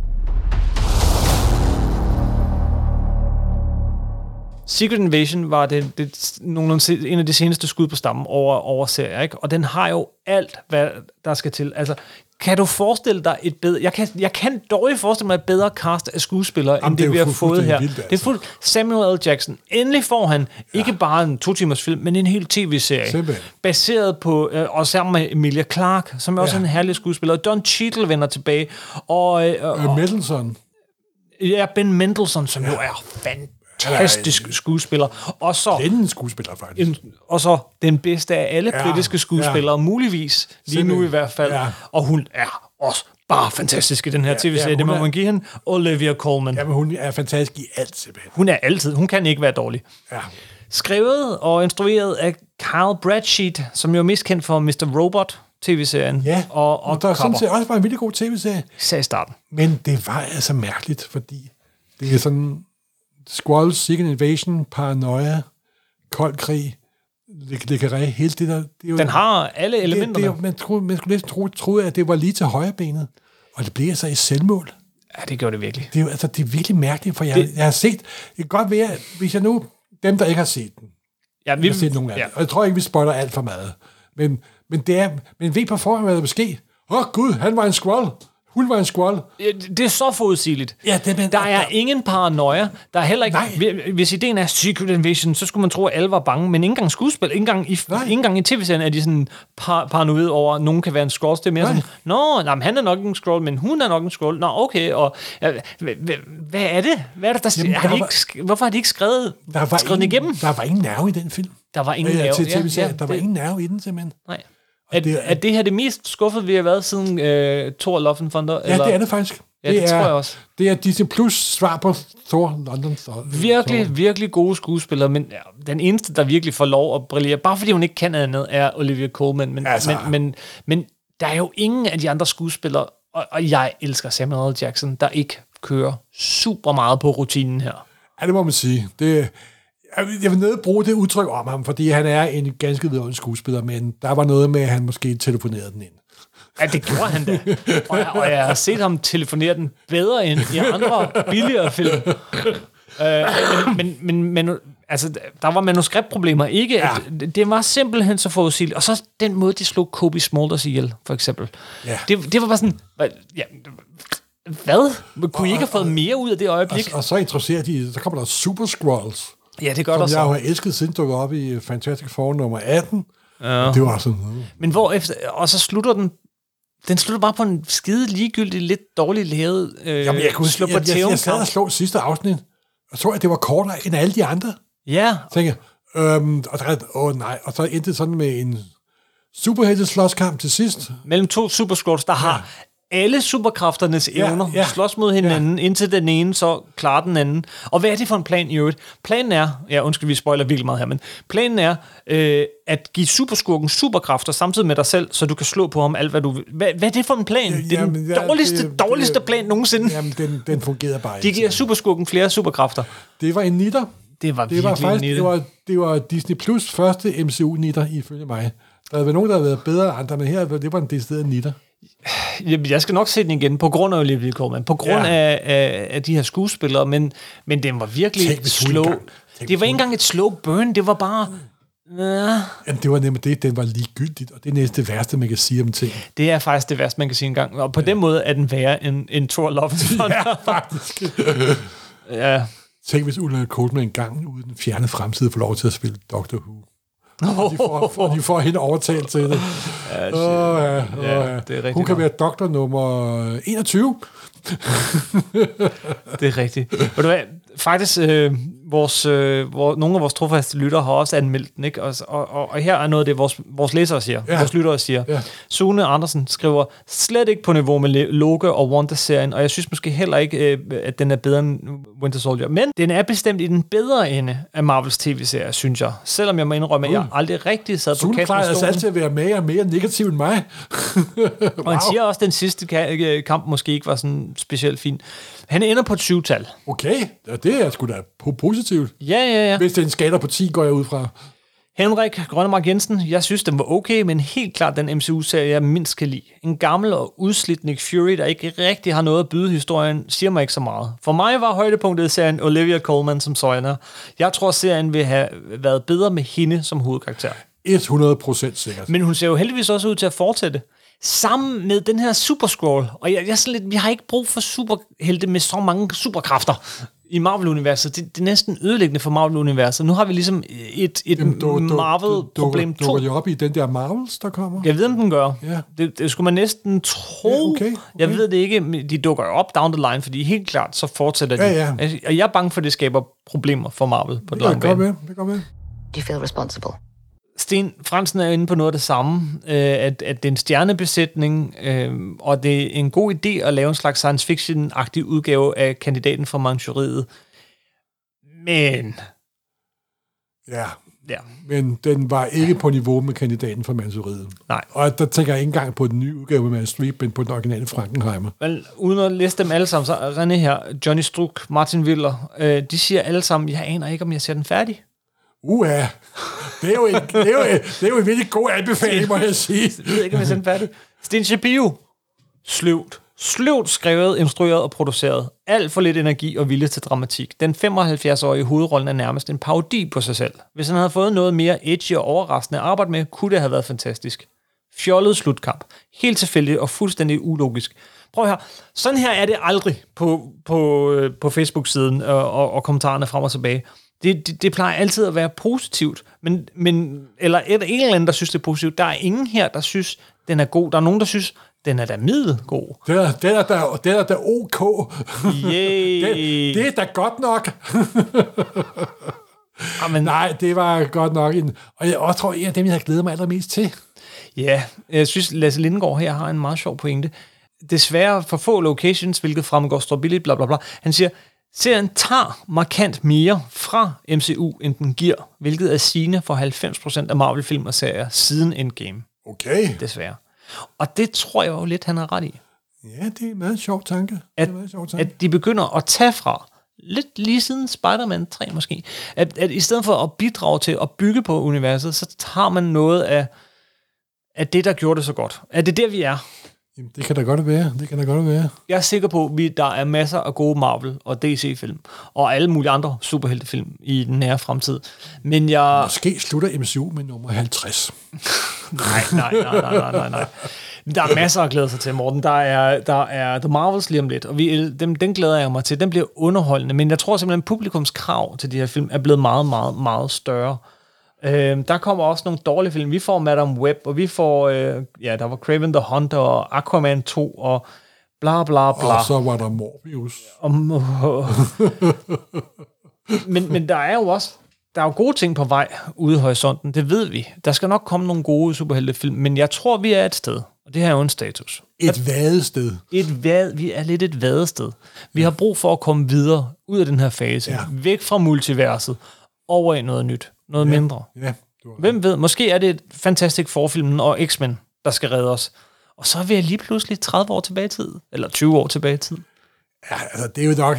Secret Invasion var det, det nogenlunde, en af de seneste skud på stammen over, over serier, ikke? og den har jo alt, hvad der skal til. Altså, kan du forestille dig et bedre... Jeg kan, jeg kan dårligt forestille mig et bedre cast af skuespillere, Jamen, end det,
det er
det vi
jo
har
fu-
fået her.
fuldstændig vildt,
Det er fuldt Samuel L. Jackson. Endelig får han ikke bare en to-timers film, men en hel tv-serie.
Simpelthen.
Baseret på... Øh, og sammen med Emilia Clarke, som er også
Ja.
en herlig skuespiller. Don Cheadle vender tilbage. Og, øh,
Øh, Mendelssohn.
Ja, Ben Mendelsohn, som jo er fantastisk skuespiller. Og så,
Den skuespiller, faktisk.
en, og så den bedste af alle
Ja,
britiske skuespillere,
ja.
muligvis, lige nu i
Simpelthen.
hvert fald.
Ja.
Og hun er også bare fantastisk i den her tv-serie,
ja,
det
hun
må
er-
man give hende. Olivia Colman.
Jamen, hun er fantastisk i alt, simpelthen.
Hun er altid, hun kan ikke være dårlig.
Ja.
Skrevet og instrueret af Carl Bradsheet, som jo er mest kendt for Mr. Robot tv-serien.
Ja,
og,
Men
og
der er sådan
Copper.
set også bare en vildt god tv-serie.
Især i starten.
Men det var altså mærkeligt, fordi det er sådan Squall, Secret Invasion, Paranoia, Kold Krig, Lekkeré, hele det der. Det er jo,
Den har alle
det, det,
elementerne.
er jo- man, troede, man skulle næsten tro, troede, at det var lige til højre benet, og det blev altså et selvmål.
Ja, det gjorde det virkelig.
Det er jo altså, det er virkelig mærkeligt, for jeg, det, jeg har set, det kan godt være, hvis jeg nu, dem der ikke har set den,
Ja,
vi har set nogle af ja. Og jeg tror ikke, vi spoiler alt for meget. Men, men det er, men ved på forhånd, hvad der vil ske. Åh oh, gud, han var en squall. Hun var en squall.
Ja, Øh, det det er så forudsigeligt.
Ja, det- men-
der er
der-
ingen paranoia. Der er heller ikke...
Nej.
Hvis ideen er Secret Invasion, så skulle man tro, at alle var bange. Men ikke engang skuespil, ikke engang i,
Nej.
ikke engang i tv-serien er de sådan par, paranoid over, at nogen kan være en scroll. Det er mere
Nej.
sådan, Nå, nej, men han er nok en scroll, men hun er nok en scroll. Nå, okay, og ja, hva- hva- hvad er det? Hvad er det, der,
Jamen,
Jamen, har
der
de
var-
ikke, sk- Hvorfor har de ikke skrevet,
Der var,
skrevet den igennem?
der var ingen nerve i den film. Øh,
Der var ingen nerve,
Til
ja,
tv ja,
ja,
der var
det-
ingen nerve i den, simpelthen.
Nej. Er,
det er-
det, er det her det mest skuffede, vi har været siden øh, Thor Love and Thunder?
Ja, det er det faktisk.
Ja, det tror jeg også.
Det er Disney Plus svar på Thor London. Thor,
Virkelig, virkelig gode skuespillere, men ja, den eneste, der virkelig får lov at brillere, bare fordi hun ikke kan andet, er Olivia Colman. Men,
Altså.
altså. men, men, men der er jo ingen af de andre skuespillere, og, og jeg elsker Samuel L. Jackson, der ikke kører super meget på rutinen her.
Ja, det må man sige. Det, jeg vil- jeg vil nødt bruge det udtryk om ham, fordi han er en ganske vidunderlig skuespiller, men der var noget med, at han måske telefonerede den ind.
Ja, det gjorde han da. Og, jeg- og jeg har set ham telefonere den bedre end i andre billigere film. Øh, men, men, men, men altså, der var manuskriptproblemer, ikke? Ja. At, det var simpelthen så forudsigeligt. Og så den måde, de slog Kobe Smulders ihjel, for eksempel.
Ja.
Det, det var bare sådan... hvad- Ja, hvad? Kunne I ikke have fået mere ud af det øjeblik?
Og, og så interesserer de, så kommer der Super Scrolls,
Ja, det gør der
som jeg jo
så.
har elsket siden dukker op i Fantastic Four nummer 18. Ja. Det var sådan noget.
Men hvor efter, og så slutter den... Den slutter bare på en skide ligegyldig, lidt dårlig lavet øh,
Jamen, jeg, kunne,
slå på
jeg, jeg, jeg,
tæven
sad og slå sidste afsnit, og så at det var kortere end alle de andre.
Ja,
tænker, øhm, og der, åh nej, og så endte det sådan med en superhelteslåskamp til sidst.
mellem to super scrolls, der ja. har alle superkræfternes
Ja,
evner,
ja.
ja. slås mod hinanden, ja. indtil den ene så klarer den anden. Og hvad er det for en plan i øvrigt? Planen er, ja undskyld, vi spoiler virkelig meget her, men planen er øh, at give superskurken superkræfter samtidig med dig selv, så du kan slå på ham alt, hvad du vil. Hvad, hvad er det for en plan? det er
Jamen,
den dårligste,
det-
dårligste
det-
plan nogensinde.
Jamen, altså. den, den fungerede bare
De
ikke.
giver superskurken flere superkræfter.
Det var en nitter.
Det var
Det var
virkelig
faktisk,
en
det var, det var Disney Plus første MCU-nitter, ifølge mig. Der havde været nogen, der havde været bedre end andre, men her, det var en decideret nitter.
Jamen, jeg skal nok se den igen, på grund af Olivia Colman, på grund
Ja.
ja. af, af, af de her skuespillere, men, men den var virkelig
Tænk,
et
hvis hun
slow.
engang- tænk,
Det
hvis
var
hun-
ikke engang et slow burn, det var bare... Ja,
Jamen, det var nemlig det, den var ligegyldigt, og det er næsten det værste, man kan sige om ting.
det er faktisk det værste, man kan sige engang. Og på ja. den måde er den værre end, end Thor Love. Ja.
faktisk.
ja.
Tænk, hvis Ulla Coltman engang ude i den fjerne fremtid får lov til at spille Doctor Who. Og de får, og de får hende overtalt til det. Ja, oh, ja, oh,
Ja,
ja.
det er rigtigt
Hun kan
nok.
være doktor nummer 21.
Det er rigtigt. Og du hvad, faktisk, øh, vores, øh, vor, nogle af vores trofaste lyttere har også anmeldt den, ikke? Og, og, og, og her er noget af det, vores, vores læsere siger,
Ja.
ja. vores lyttere siger.
Ja.
Ja. Sune Andersen skriver, slet ikke på niveau med Le- Loke og Wanda-serien, og jeg synes måske heller ikke, øh, at den er bedre end Winter Soldier. Men den er bestemt i den bedre ende af Marvels tv-serier, synes jeg. Selvom jeg må indrømme, at jeg aldrig rigtig sad på
Mm. Sune
kanten af
plejer altså
stolen.
altid at være mere og mere negativ end mig.
Og han siger også, at den sidste ka- øh, kamp måske ikke var sådan specielt fin. Han ender på et 20-tal.
Okay, ja, det er sgu da po- positivt.
Ja, ja, ja.
Hvis det er en skatter på 10, går jeg ud fra.
Henrik Grønnemark Jensen, jeg synes, den var okay, men helt klart den MCU-serie, jeg mindst kan lide. En gammel og udslidt Nick Fury, der ikke rigtig har noget at byde historien, siger mig ikke så meget. For mig var højdepunktet i serien Olivia Colman som Søjner. Jeg tror, serien ville have været bedre med hende som hovedkarakter.
100% sikkert.
Men hun ser jo heldigvis også ud til at fortsætte. Sammen med den her Super Scroll. Og jeg, jeg er sådan lidt, vi har ikke brug for superhelte med så mange superkræfter i Marvel-universet. Det, det er næsten ødelæggende for Marvel-universet. Nu har vi ligesom et, et
Jamen, du- du- du-
Marvel-problem
du- Dukker
2.
de op i den der Marvels, der kommer?
Jeg ved, om den gør.
Ja.
Det, det skulle man næsten tro.
Ja, okay, okay.
Jeg ved det ikke, men de dukker jo op down the line, fordi helt klart, så fortsætter de. Altså,
Ja, ja.
Og jeg er bange for, at det skaber problemer for Marvel på den
det kan
lange
godt
bane.
være, det kan godt være.
Do you feel responsible?
Sten Fransen er jo inde på noget af det samme, øh, at, at det er en stjernebesætning, øh, og det er en god idé at lave en slags science fiction-agtig udgave af kandidaten fra Manchuriet. Men,
Ja,
ja,
men den var ikke på niveau med kandidaten fra Manchuriet.
Nej.
Og der tænker jeg ikke engang på den nye udgave med Meryl Streep, men på den originale Frankenheimer.
men uden at læse dem alle sammen, så er René her, Johnny Struk, Martin Willer, øh, de siger alle sammen, jeg aner ikke, om jeg ser den færdig.
Uha, det er jo en, det er jo en, det er jo en virkelig god anbefaling, må jeg sige.
Jeg ved ikke, om jeg ser den færdig. Sten Shapiro, sløvt. Sløvt skrevet, instrueret og produceret. Alt for lidt energi og vilje til dramatik. Den 75-årige i hovedrollen er nærmest en parodi på sig selv. Hvis han havde fået noget mere edgy og overraskende at arbejde med, kunne det have været fantastisk. Fjollet slutkamp. Helt tilfældigt og fuldstændig ulogisk. Prøv her. Sådan her er det aldrig på, på, øh, på Facebook-siden og, og, og kommentarerne frem og tilbage. Det, det, det plejer altid at være positivt, men, men, eller et, en eller anden, der synes, det er positivt. Der er ingen her, der synes, den er god. Der er nogen, der synes, den er da middelgod.
Det er, det er, da, det er da ok.
Yay.
Det, det er da godt nok.
Jamen,
Nej, det var godt nok en... Og jeg også tror, en af dem, jeg havde glædet mig allermest til.
Ja, jeg synes, Lasse Lindgaard her har en meget sjov pointe. Desværre for få locations, hvilket fremgår står billigt, bla bla bla. Han siger, serien tager markant mere fra MCU, end den giver, hvilket er sigende for 90% af Marvel-film og serier siden Endgame,
Okay.
desværre. Og det tror jeg jo lidt, han har ret i.
Ja, det er en meget sjov tanke. Det er
At,
en meget sjov tanke.
at de begynder at tage fra, lidt lige siden Spider-Man 3 måske, at, at i stedet for at bidrage til at bygge på universet, så tager man noget af, af det, der gjorde det så godt. Er det der, vi er?
Jamen, det kan da godt være. Det kan da godt være.
Jeg er sikker på, at der er masser af gode Marvel- og DC-film, og alle mulige andre superheltefilm i den nære fremtid. Men jeg...
Måske slutter MCU med nummer 50.
Nej, nej, nej, nej, nej, nej, nej. Der er masser at glæde sig til, Morten. Der er, der er The Marvels lige om lidt, og vi, dem, den glæder jeg mig til. Den bliver underholdende, men jeg tror simpelthen, at publikums krav til de her film er blevet meget, meget, meget større. Øhm, der kommer også nogle dårlige film. Vi får Madame Web, og vi får... Øh, ja, der var Craven the Hunter, og Aquaman 2, og bla bla bla.
Og så var der Morbius.
Om, men, men der er jo også der er jo gode ting på vej ude i horisonten, det ved vi. Der skal nok komme nogle gode superheltefilm, men jeg tror, vi er et sted, og det her er jo en status.
Et vadested.
Et vad, vi er lidt et vadested. Vi har brug for at komme videre ud af den her fase,
Ja.
ja. væk fra multiverset, over i noget nyt, noget ja. mindre.
Ja, du har
Hvem ved, måske er det et Fantastic Four-filmen og X-Men, der skal redde os. Og så er vi lige pludselig 30 år tilbage i tid, eller 20 år tilbage i tid.
Ja, altså, det er jo nok...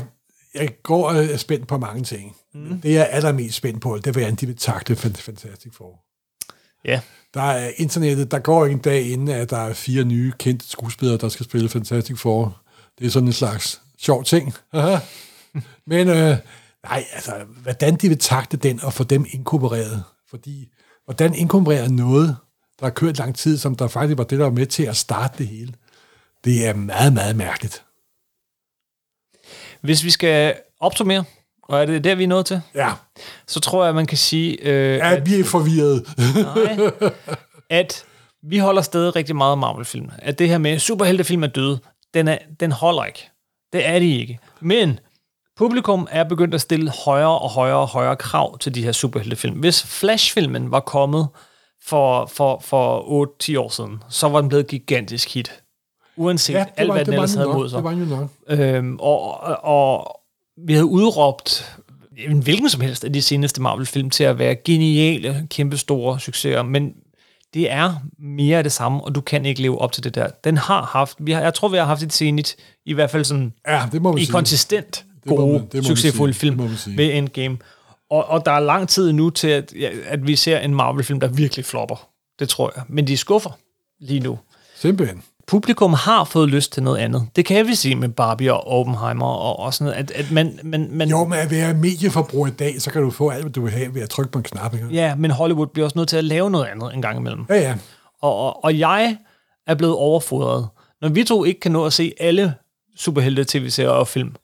Jeg går og er spændt på mange ting. Mm. Det, jeg er allermest spændt på, det er, hvordan de vil takle Fan- Fantastic Four.
Ja.
Der er internettet, der går ikke en dag inden, at der er fire nye kendte skuespillere, der skal spille Fantastic Four. Det er sådan en slags sjov ting. Haha. Men øh, nej, altså, hvordan de vil takte den og få dem inkorporeret. Fordi, hvordan inkorporere noget, der har kørt lang tid, som der faktisk var det, der var med til at starte det hele. Det er meget, meget mærkeligt.
Hvis vi skal opsummere, og er det der, vi er nået til,
Ja,
så tror jeg, at man kan sige, øh, ja.
ja vi er forvirrede.
at vi holder stadig rigtig meget af Marvel-film. At det her med, at superheltefilm er døde, den, er, den holder ikke. Det er de ikke. Men publikum er begyndt at stille højere og højere og højere krav til de her superheltefilm. Hvis Flash-filmen var kommet for, for, for 8-10 år siden, så var den blevet et gigantisk hit. Uanset ja, alt, hvad den ellers
den
havde
jo
mod
nok.
sig.
Det var den jo nok.
Øhm, og, og, og vi havde udråbt en hvilken som helst af de seneste Marvel-film til at være geniale, kæmpestore succeser, men det er mere af det samme, og du kan ikke leve op til det der. Den har haft, vi har, jeg tror, vi har haft et senigt, i hvert fald sådan
Ja, det må man
i
sige.
konsistent
må
gode,
man- det må man
succesfulde
sige.
film
Det må man sige.
ved Endgame. Og, og der er lang tid nu til, at, ja, at vi ser en Marvel-film, der virkelig flopper. Det tror jeg. Men de skuffer lige nu.
Simpelthen.
Publikum har fået lyst til noget andet. Det kan vi sige med Barbie og Oppenheimer og, og sådan noget. At, at man, man, man,
Jo, men at være medieforbruger i dag, så kan du få alt, hvad du vil have ved at trykke på en knap. Ikke?
Ja, men Hollywood bliver også nødt til at lave noget andet en gang imellem.
Ja, ja.
Og, og, og jeg er blevet overfodret. Når vi to ikke kan nå at se alle superhelte-tv-serier og film,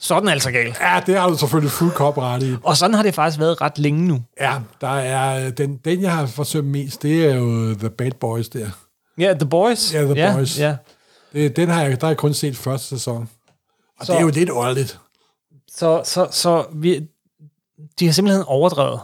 så er den altså galt.
Ja, det har du selvfølgelig fuld kopret i.
Og sådan har det faktisk været ret længe nu.
Ja, der er, øh, den, den, jeg har forsøgt mest, det er jo The Bad Boys der.
Ja, yeah, The Boys.
Ja, The
ja,
Boys.
Ja.
Det, den har jeg, der har jeg kun set første sæson.
Så-
Og så. det er jo lidt åndeligt.
Så, så, så vi, de har simpelthen overdrevet.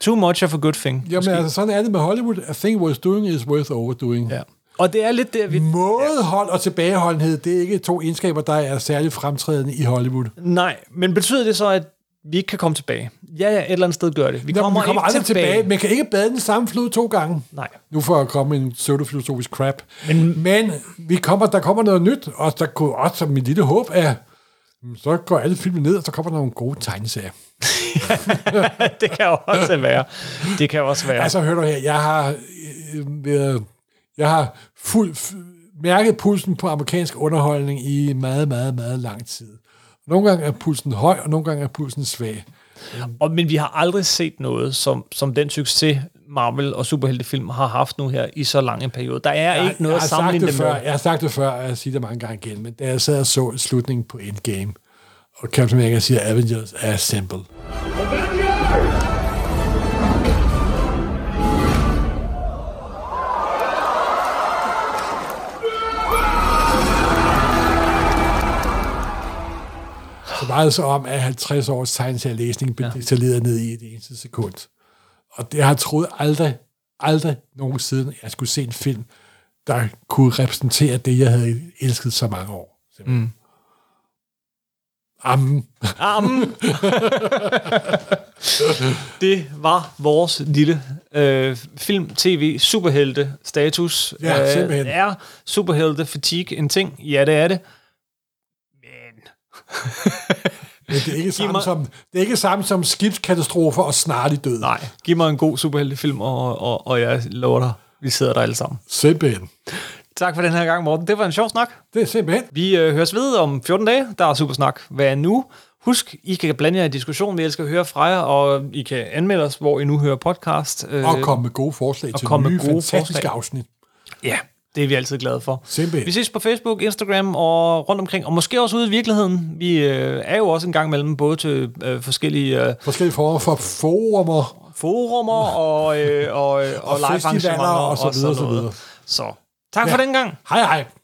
Too much of a good thing.
Jamen, altså, sådan er det med Hollywood. A thing worth doing is worth overdoing.
Ja. Og det er lidt der, vi...
Mådehold og tilbageholdenhed, det er ikke to egenskaber, der er særligt fremtrædende i Hollywood.
Nej, men betyder det så, at vi ikke kan komme tilbage? Ja, ja, et eller andet sted gør det. Vi
Jamen,
kommer,
vi kommer
ikke
aldrig tilbage. tilbage. Man kan ikke bade i den samme flod to gange.
Nej.
Nu for at komme en pseudofilosofisk crap. Men, Men vi kommer, der kommer noget nyt, og der kunne også som mit lille håb er, mm, så går alle filmen ned, og så kommer der nogle gode tegneserier.
det kan jo også være. Det kan også være.
Altså, hør du her, jeg har, øh, været, jeg har fuld, f- mærket pulsen på amerikansk underholdning i meget, meget, meget lang tid. Nogle gange er pulsen høj, og nogle gange er pulsen svag.
Og, men vi har aldrig set noget, som, som den succes, Marvel og superheltefilm har haft nu her i så lang en periode. Der er ikke noget
jeg,
at
har sagt
sammenligne
det
det
før,
med.
jeg har sagt det før, og jeg siger det mange gange igen, men da jeg sad og så slutningen på Endgame, og Captain America siger, Avengers er simple. Så meget så om, at 50 års tegneserielæsning blev detaljeret ned i det eneste sekund. Og det jeg har troet aldrig, aldrig nogensinde, at jeg skulle se en film, der kunne repræsentere det, jeg havde elsket så mange år. Mm. Amen.
Amen. det var vores lille øh, film, tv, superhelte status.
Ja,
Øh,
simpelthen.
Er superhelte fatigue en ting? Ja, det er det.
Men det er ikke samme
mig-
som, det er ikke samme som skibskatastrofer og snarlig død.
Nej, giv mig en god superheltefilm, og, og, og jeg lover dig, vi sidder der alle sammen.
Simpelthen.
Tak for den her gang, Morten. Det var en sjov snak.
Det er simpelthen.
Vi øh, høres ved om 14 dage. Der er Supersnak hver nu. Husk, I kan blande jer i diskussionen. Vi elsker at høre fra jer, og I kan anmelde os, hvor I nu hører podcast. Øh,
Og komme med gode forslag til
komme med
nye
gode
fantastiske
forslag.
afsnit.
Ja, det er vi altid glade for.
Simpelthen.
Vi ses på Facebook, Instagram og rundt omkring, og måske også ude i virkeligheden. Vi øh, er jo også en gang imellem både til øh, forskellige øh,
Forskellige former for forumer.
forumer og, øh, og, og, og,
Og
live
festivaler
arrangementer
og så videre,
sådan
så videre.
noget. Så tak ja.
Ja.
for den gang.
Hej hej.